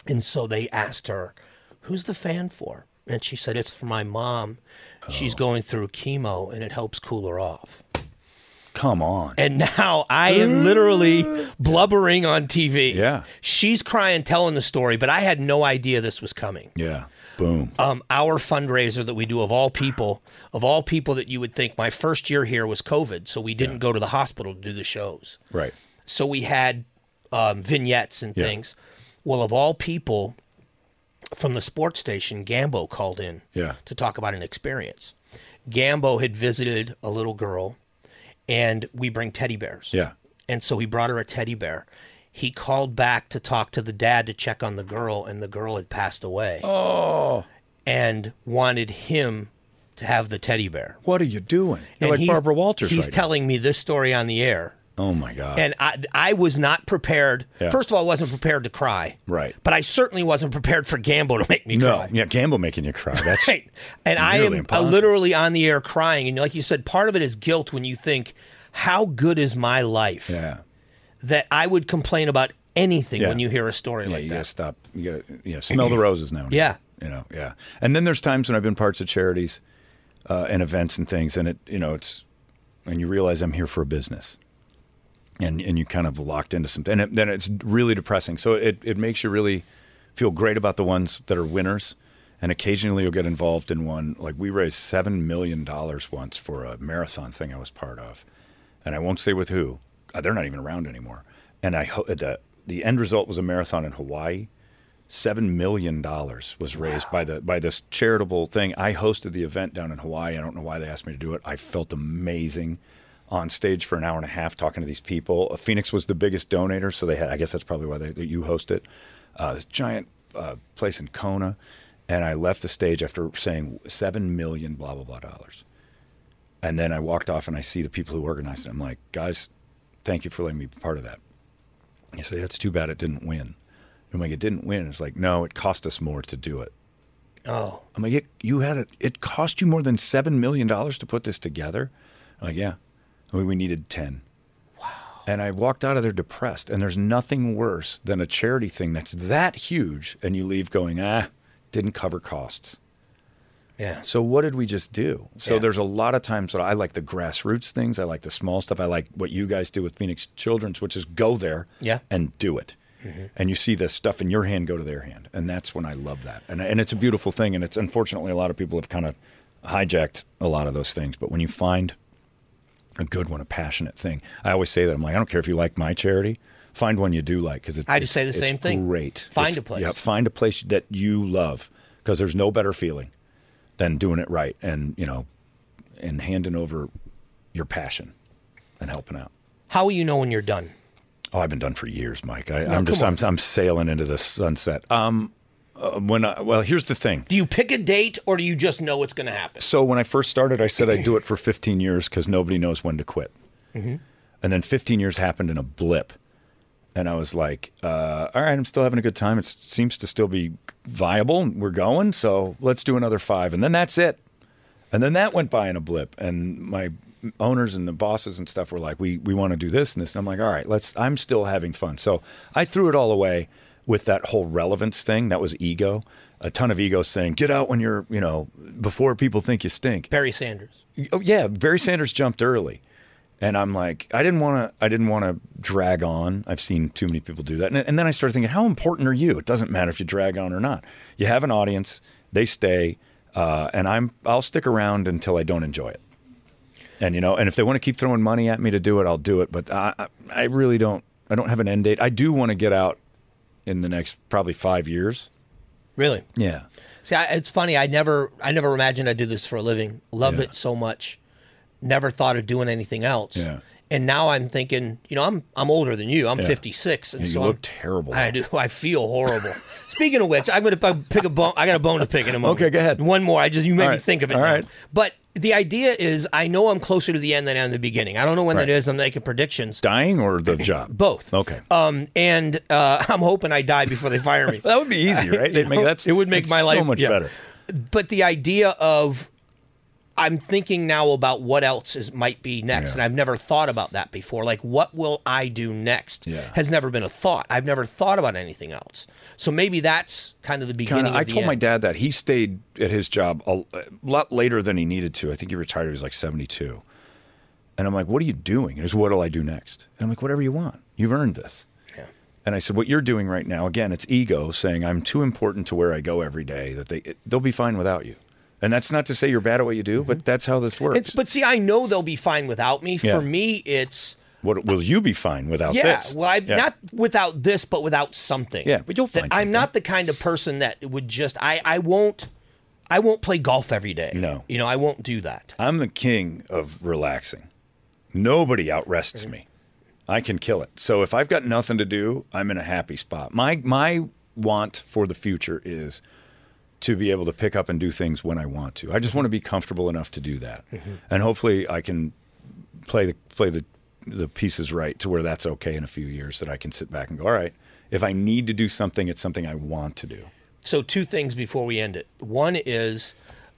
And so they asked her, "Who's the fan for?" And she said, "It's for my mom.
Oh.
She's going through chemo and it helps cool her off."
Come on.
And now I am literally blubbering on TV.
Yeah.
She's crying telling the story, but I had no idea this was coming
Yeah. Boom.
um, our fundraiser that we do of all people, of all people that you would think my first year here was COVID, so we didn't go to the hospital to do the shows.
Right.
So we had um, vignettes and things. Well, of all people from the sports station, Gambo called in
Yeah.
to talk about an experience. Gambo had visited a little girl, and we bring teddy bears.
Yeah.
And so he brought her a teddy bear. He called back to talk to the dad to check on the girl, and the girl had passed away. Oh. And wanted him to have the teddy bear.
What are you doing? You're
and
like
he's-
Barbara Walters.
He's
right now.
telling me this story on the air.
Oh my God.
And I, I was not prepared.
Yeah.
First of all, I wasn't prepared to cry.
Right.
But I certainly wasn't prepared for Gambo to make me
no.
cry.
Yeah. Gamble making you cry. That's
Right. And I
Nearly
am uh,
impossible.
literally on the air crying. And like you said, part of it is guilt when you think, how good is my life?
yeah.
that I would complain about anything
Yeah.
when you hear a story
Yeah,
like
you
that.
gotta stop. You gotta you know, smell the roses now. and
Yeah.
then, you know, yeah. And then there's times when I've been parts of charities uh, and events and things, and it you know it's and you realize I'm here for a business, and and you kind of locked into something, and it, then it's really depressing. So it it makes you really feel great about the ones that are winners. And occasionally you'll get involved in one. Like we raised seven million dollars once for a marathon thing I was part of, and I won't say with who. Uh, They're not even around anymore. And I ho- the the end result was a marathon in Hawaii. Seven million dollars was raised by the by this charitable thing. I hosted the event down in Hawaii. I don't know why they asked me to do it. I felt amazing on stage for an hour and a half talking to these people. Uh, Phoenix was the biggest donator, so they had. I guess that's probably why they, that you host it. Uh, this giant uh, place in Kona, and I left the stage after saying seven million blah blah blah dollars. And then I walked off and I see the people who organized it. I'm like, guys, thank you for letting me be part of that. They say, that's too bad it didn't win. I'm like, it didn't win. It's like, no, it cost us more to do it.
Oh,
I'm like, it, you had it, it cost you more than $7 million to put this together? I'm like, yeah. I mean, we needed 10. Wow. And I walked out of there depressed. And there's nothing worse than a charity thing that's that huge and you leave going, ah, didn't cover costs.
yeah.
So what did we just do? So
Yeah.
there's a lot of times that I like the grassroots things. I like the small stuff. I like what you guys do with Phoenix Children's, which is go there
Yeah. Mm-hmm.
and do it. and you see the stuff in your hand go to their hand, and that's when I love that, and and it's a beautiful thing, and it's unfortunately a lot of people have kind of hijacked a lot of those things, but when you find a good one, a passionate thing, I always say that I'm like I don't care if you like my charity, find one you do like because
I just say the same thing.
Great,
Find a place.
Yeah, find a place that you love because there's no better feeling than doing it right and you know and handing over your passion and helping out.
How will you know when you're done?
Oh, I've been done for years, Mike. I, I'm just I'm, I'm sailing into the sunset. Um, uh, when I, well, here's the thing.
Do you pick a date or do you just know it's going to happen?
So when I first started, I said I'd do it for 15 years because nobody knows when to quit. And then 15 years happened in a blip, and I was like, uh, "All right, I'm still having a good time. It s- seems to still be viable. We're going, so let's do another five, and then that's it." And then that went by in a blip, and my owners and the bosses and stuff were like, "We we want to do this and this." And I'm like, "All right, let's." I'm still having fun, so I threw it all away with that whole relevance thing. That was ego, a ton of ego saying, "Get out when you're, you know, before people think you stink."
Barry Sanders.
Oh yeah, Barry Sanders jumped early, and I'm like, I didn't want to. I didn't want to drag on. I've seen too many people do that, and, and then I started thinking, how important are you? It doesn't matter if you drag on or not. You have an audience; they stay, uh, and I'm. I'll stick around until I don't enjoy it. And you know, and if they want to keep throwing money at me to do it, I'll do it. But I, I- I really don't. I don't have an end date. I do want to get out in the next probably five years.
Really?
Yeah.
See, I, it's funny. I never, I never imagined I'd do this for a living. Love
Yeah.
it so much. Never thought of doing anything else.
Yeah.
And now I'm thinking, you know, I'm I'm older than you. I'm 56, and
Yeah, you
so
look
I'm-
terrible.
I do. I feel horrible. Speaking of which, I'm going to pick a bone. I got a bone to pick in a moment.
Okay, go ahead.
One more. I just you made me
right.
think of it.
All
now.
right.
But the idea is, I know I'm closer to the end than I'm the beginning. I don't know when
Right.
that is. I'm making predictions.
Dying or the job?
Both.
Okay.
Um, and uh, I'm hoping I die before they fire me.
That would be easy, right? They'd make, that's,
it would make
it's
my
so
life-
much
yeah.
better.
but the idea of I'm thinking now about what else is might be next,
Yeah.
and I've never thought about that before. Like, what will I do next?
Yeah.
Has never been a thought. I've never thought about anything else. So maybe that's kind of the beginning.
Kinda-
of
I
the
told my
end.
dad that he stayed at his job a, a lot later than he needed to. I think he retired. He was like seventy-two, and I'm like, "What are you doing?" And he's, "What'll I do next?" And I'm like, "Whatever you want. You've earned this."
Yeah.
And I said, "What you're doing right now, again, it's ego saying I'm too important to where I go every day. That they it- they'll be fine without you." And that's not to say you're bad at what you do, but that's how this works.
Mm-hmm. It's, but see, I know they'll be fine without me.
Yeah.
For me, it's
what will you be fine without
yeah.
this?
Well, I
Yeah.
not without this, but without something.
Yeah, but you'll
That-
find
I'm not the kind of person that would just. I I won't. I won't play golf every day.
No.
you know, I won't do that.
I'm the king of relaxing. Nobody outrests me. I can kill it. So if I've got nothing to do, I'm in a happy spot. My my want for the future is to be able to pick up and do things when I want to. I just want to be comfortable enough to do that.
Mm-hmm.
And hopefully I can play the play the the pieces right to where that's okay in a few years that I can sit back and go, all right, if I need to do something, it's something I want to do.
So two things before we end it. One is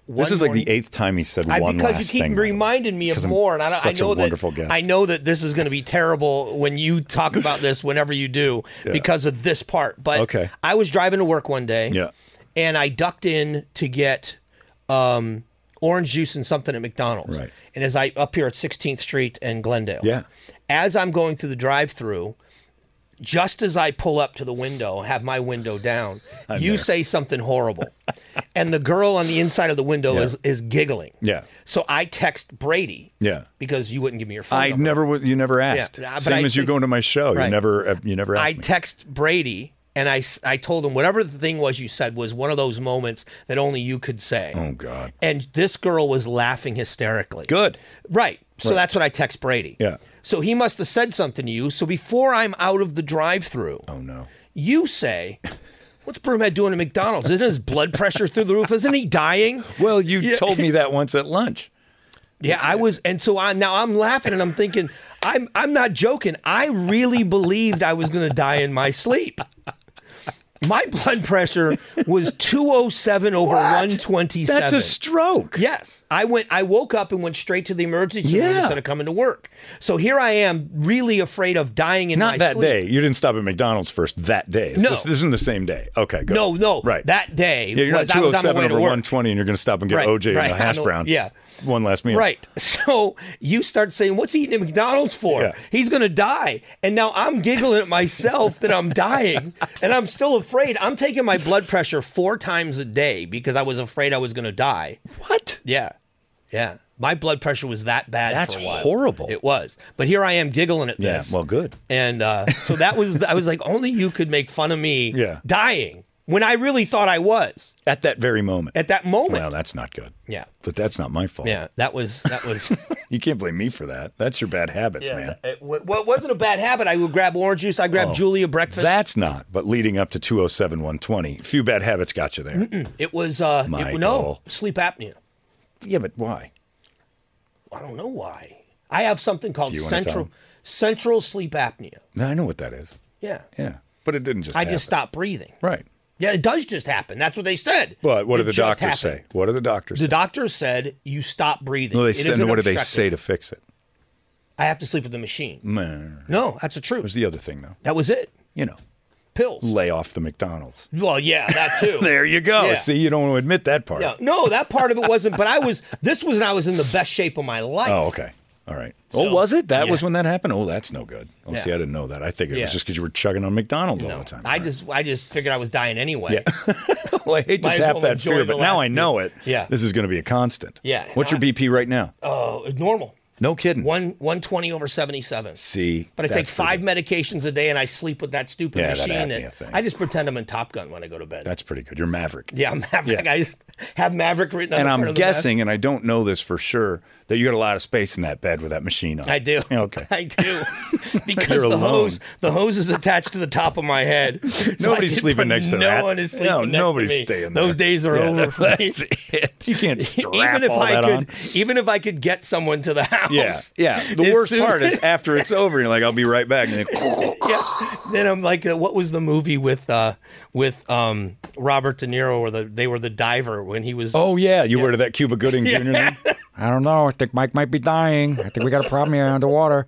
This
one
is like
morning-
the eighth time he said
I,
one
because
last
you keep
thing. by the way.
reminding me of
'Cause I'm
more, and I, I
such a
know
wonderful
that
guest.
I know that this is going to be terrible when you talk about this whenever you do because of this part. But
Okay.
I was driving to work one day,
Yeah.
and I ducked in to get um, orange juice and something at McDonald's.
Right.
And as I up here at 16th Street and Glendale,
Yeah.
as I'm going through the drive-through, just as I pull up to the window, have my window down, you say something horrible. and the girl on the inside of the window is, is giggling.
Yeah.
So I text Brady.
Yeah.
Because you wouldn't give me your phone
I
number.
never would. You never asked.
Yeah, but I-
Same as you going to my show.
Right.
You never. uh, You never asked
I
me.
text Brady and I, s- I told him whatever the thing was you said was one of those moments that only you could say.
oh God.
And this girl was laughing hysterically.
Good.
Right. So that's what I text Brady.
Yeah.
So he must have said something to you. So before I'm out of the drive through,
Oh no.
you say, What's Brumhead doing at McDonald's? Isn't his blood pressure through the roof? Isn't he dying?
Well, you told me that once at lunch.
Yeah, I was, and so I now I'm laughing and I'm thinking, I'm I'm not joking. I really believed I was going to die in my sleep. My blood pressure was 207 over 127.
That's a stroke.
Yes, I went. I woke up and went straight to the emergency room
Yeah.
instead of coming to work. So here I am, really afraid of dying in
Not
my
that
sleep.
day. You didn't stop at McDonald's first that day.
No.
This, this isn't the same day. Okay, good.
No, no.
Right.
That day
yeah, you're
was-
not
I was on my way
207 over
to work.
120 and you're going to stop and get
Right,
OJ
right.
and a hash
I know-
brown.
yeah.
One last meal.
Right. So you start saying, What's he eating at McDonald's for?
Yeah.
He's going to die. And now I'm giggling at myself that I'm dying and I'm still afraid. I'm taking my blood pressure four times a day because I was afraid I was going to die.
What?
Yeah. Yeah. My blood pressure was that bad.
That's
for a while.
horrible.
It was. But here I am giggling at
Yeah,
this.
well, good.
And uh, so that was, I was like, only you could make fun of me
Yeah.
dying when I really thought I was
At that very moment.
at that moment.
well, that's not good.
Yeah.
But that's not my fault.
yeah. That was, that was.
You can't blame me for that. That's your bad habits,
Yeah,
man.
that- it, wa- well, it wasn't a bad habit. I would grab orange juice. I grabbed
Oh,
Julia breakfast.
That's not. But leading up to 207, 120, few bad habits got you there.
it was uh, it, no
Michael.
sleep apnea.
Yeah, but why?
I don't know why. I have something called
you wanna tell
central
him?
central sleep apnea.
No, I know what that is.
Yeah,
Yeah. But it didn't just
I
happen.
just stopped breathing.
Right.
Yeah, it does just happen. That's what they said.
But what do
It
the
just
doctors
happened.
say? What do the doctors
The
say?
doctors said you stop breathing.
No, they
It is
said,
an
and what do they
obstructive.
say to Mm. fix it?
I have to sleep with the machine.
Meh.
No, that's the truth.
There's the other thing, though.
that was it.
You know,
Pills.
lay off the McDonald's.
well, yeah, that too.
There you go.
Yeah.
See, you don't want to admit that part.
Yeah. No, that part of it wasn't. But I was. This was when I was in the best shape of my life.
Oh, okay. All right.
So-
oh, was it? That was
Yeah.
when that happened? Oh, that's no good. Oh,
Yeah.
see, I didn't know that. I think it
Yeah.
was just because you were chugging on McDonald's all
No,
the time.
I
All
just I just figured I was dying anyway.
right. Well, I hate to
might as
tap
well
that
enjoy
fear,
the
but now
last
I know it.
Yeah.
This is going to be a constant.
Yeah.
What's your BP right now?
Oh, normal.
No kidding.
One one twenty over seventy seven.
Hmm. See.
But I
that's
take five
Pretty,
medications a day and I sleep with that stupid
Yeah, that
machine.
apnea
and
thing.
I just pretend I'm in Top Gun when I go to bed.
that's pretty good. You're Maverick.
yeah, Maverick.
Yeah.
I just have Maverick written on
And
the front
I'm
of the bed.
guessing, and I don't know this for sure, that you got a lot of space in that bed with that machine on.
I do.
Yeah, Okay.
I do. Because
You're
the
alone.
hose the hose is attached to the top of my head. So I
Nobody's
did
sleeping
put-
next to
no
that.
No one is sleeping
No,
next to
nobody's
me.
staying
Those
there.
days are
Yeah,
over for me.
that's it. You can't strap
even if
all
I
that
could
on.
even if I could get someone to the house.
Yeah, yeah. The
as
worst
soon-
part is after it's over, you're like, I'll be right back. And then,
yeah. Then I'm like, uh, what was the movie with uh, with um, Robert De Niro where the, they were the diver when he was?
oh yeah, you were to that Cuba Gooding Jr. thing.
I don't know. I think Mike might be dying. I think we got a problem here underwater.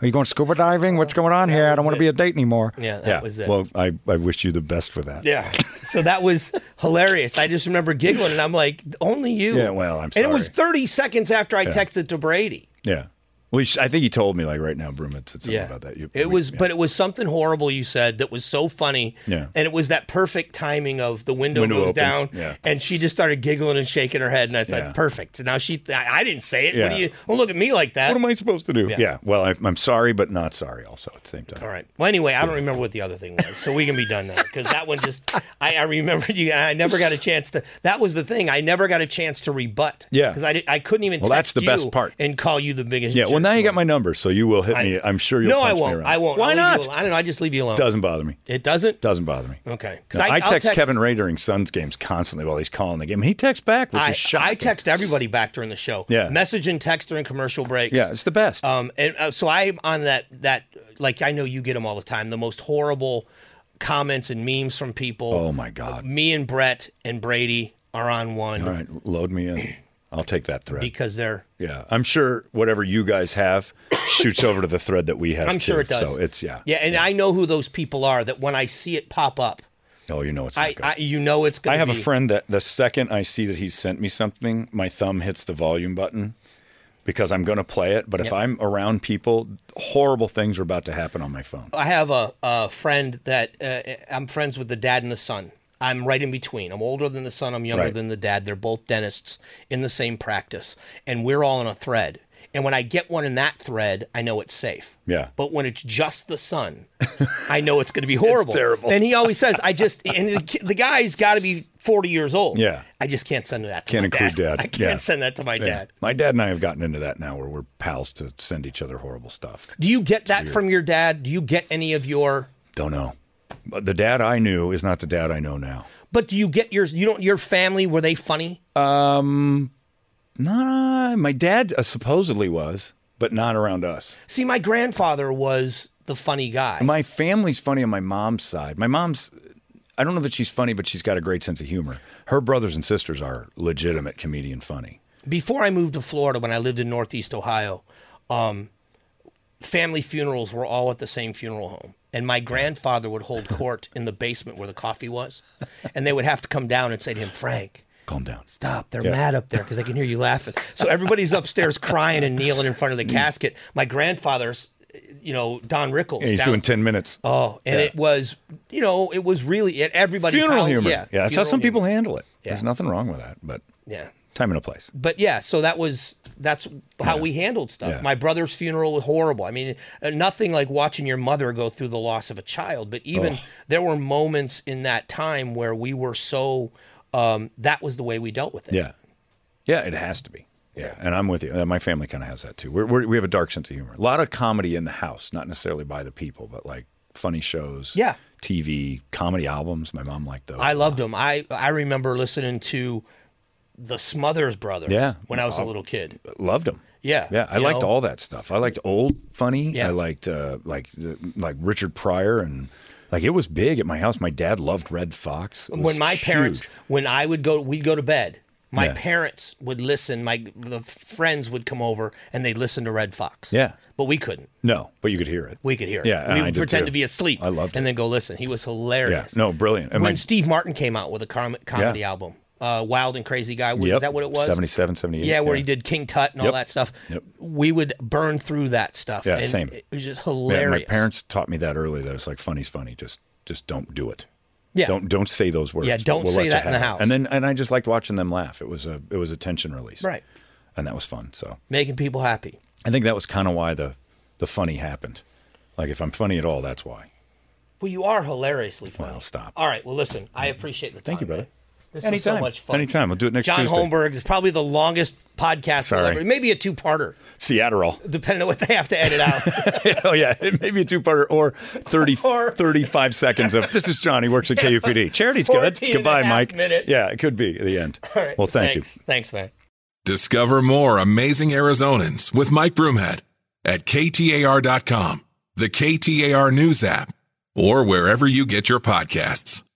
Are you going scuba diving? What's going on here? I don't want to be a date anymore.
yeah, that
Yeah.
was it.
Well, I, I wish you the best for that.
yeah. So that was hilarious. I just remember giggling, and I'm like, only you.
Yeah, well, I'm
And it was 30
sorry.
seconds after I texted to Brady.
Yeah. Well, you sh- I think you told me like right now, Broom, it's it's something
Yeah,
about that. You,
it
we-
was,
yeah.
but it was something horrible you said that was so funny.
Yeah.
and it was that perfect timing of the window,
Window
goes
opens,
down,
yeah.
and she just started giggling and shaking her head, and I thought,
Yeah.
perfect. Now she, I, I didn't say it. What
Yeah.
do you? Don't look at me like that.
What am I supposed to do? Yeah.
Yeah.
Well, I, I'm sorry, but not sorry. Also, at the same time.
All right. Well, anyway, I don't remember what the other thing was, so we can be done now because that one just I, I remembered you. And I never got a chance to. That was the thing. I never got a chance to rebut.
Yeah.
because I, did, I couldn't even.
Well, that's
text
the best
you
part.
And call you the biggest.
Yeah. Well,
jerk
now you
you
got my number, so you will hit
are.
me. I'm sure you'll.
No, I
punch me
won't.
around.
I won't.
Why
I'll leave
not?
you alone. I don't know. I just leave you alone.
Doesn't bother me.
It doesn't.
Doesn't bother me.
Okay. 'Cause
No, I,
I'll
text, Kevin Ray during Suns games constantly while he's calling the game. He texts back, which
I,
is shocking.
I text everybody back during the show.
Yeah.
Message and text during commercial breaks.
Yeah, it's the best.
Um, and uh, so I'm on that that like I know you get them all the time. The most horrible comments and memes from people.
oh my god!
me and Brett and Brady are on one
All right, load me in. I'll take that thread.
because they're
yeah, I'm sure whatever you guys have shoots over to the thread that we have.
I'm sure
too.
it does.
So it's yeah.
yeah, and I know who those people are. That when I see it pop up,
Oh, you know it's. Not
I,
good.
I you know it's going.
I have a friend that the second I see that he's sent me something, my thumb hits the volume button because I'm going to play it. But if I'm around people, horrible things are about to happen on my phone.
I have a, a friend that uh, I'm friends with the dad and the son. I'm right in between. I'm older than the son. I'm younger
Right.
than the dad. They're both dentists in the same practice, and we're all in a thread. And when I get one in that thread, I know it's safe.
Yeah.
But when it's just the son, I know it's going to be horrible.
terrible.
And he always says, "I just," and the, ki- the guy's got to be 40 years old.
Yeah.
I just can't send that. To
Can't
my
include dad.
I can't
Yeah.
send that to my dad.
My dad and I have gotten into that now, where we're pals to send each other horrible stuff.
Do you get that from your dad? Do you get any of your?
Don't know. But the dad I knew is not the dad I know now.
But do you get yours? You don't. Your family were they funny?
Nah, my dad uh, supposedly was, but not around us.
See, my grandfather was the funny guy.
My family's funny on my mom's side. My mom's, I- I don't know that she's funny, but she's got a great sense of humor. Her brothers and sisters are legitimate comedian funny.
Before I moved to Florida, when I lived in Northeast Ohio, um, family funerals were all at the same funeral home. And my grandfather would hold court in the basement where the coffee was. And they would have to come down and say to him, Frank,
Calm down.
stop. They're mad up there because they can hear you laughing. So everybody's upstairs crying and kneeling in
Mm.
front of the casket. My grandfather's, you know, Don Rickles.
Yeah, he's
down-
doing ten minutes.
Oh, and it was, you know, it was really at everybody's
funeral
house-
humor.
Yeah,
Yeah, that's how
funeral
some
humor.
people handle it.
Yeah.
There's nothing wrong with that, but
Yeah,
time and a place.
but yeah, so that was that's how we handled stuff.
Yeah.
My brother's funeral was horrible. I mean, uh, nothing like watching your mother go through the loss of a child. But even there were moments in that time where we were so um, that was the way we dealt with it.
Yeah, yeah, it has to be. Yeah, and I'm with you. Uh, My family kind of has that too. We're, we're, we have a dark sense of humor. A lot of comedy in the house, not necessarily by the people, but like funny shows.
Yeah.
TV comedy albums. My mom liked those.
I loved them. I I remember listening to the Smothers Brothers.
Yeah.
when I was a little kid.
loved them.
Yeah,
yeah. I
you
liked
know?
all that stuff. I liked old funny.
Yeah.
I liked uh, like the- like Richard Pryor and like it was big at my house. My dad loved Red Fox. It was
when my parents
huge.
when I would go we'd go to bed my
Yeah.
parents would listen my the friends would come over and they'd listen to Red Fox
Yeah.
but we couldn't
No, but you could hear it.
we could hear it.
Yeah, and
we
I
would
did
pretend
too.
to be asleep
I loved
and
it.
then go listen he was
Yeah,
hilarious
no, brilliant. And
when
my-
Steve Martin came out with a com- comedy
Yeah.
album uh, Wild and Crazy Guy was
Yep.
that what it was
77, 78,
yeah where
yeah.
he did King Tut and all
Yep.
that stuff
Yep.
we would burn through that stuff
Yeah,
and
same.
it was just
Yeah,
hilarious
my parents taught me that early. That it's like funny's funny. Just just don't do it.
Yeah.
Don't don't say those words.
Yeah,
but
don't
we'll
say
let you
that in the
have it.
house.
And then and I just liked watching them laugh. It was a it was a tension release.
Right.
And that was fun. So
making people happy
I think that was kind of why the the funny happened. Like if I'm funny at all, that's why.
Well, you are hilariously funny.
Well, stop.
All right. Well, listen, I appreciate the time.
Thank you, brother.
man. This was
Anytime.
so much fun.
Anytime. We'll do it next
John
Tuesday.
Holmberg is probably the longest podcast we'll
Sorry.
ever. Maybe a two-parter,
It's the Adderall.
depending on what they have to edit out.
oh yeah, it may be a two-parter or 30,
Or-
35 seconds of this is Johnny works at KUPD. Charity's
14 and
good.
a
Goodbye,
half
Mike.
minutes.
Yeah, it could be the end.
All right.
Well, thank you.
Thanks. Thanks, man.
Discover more amazing Arizonans with Mike Broomhead at KTAR.com, the KTAR News app, or wherever you get your podcasts.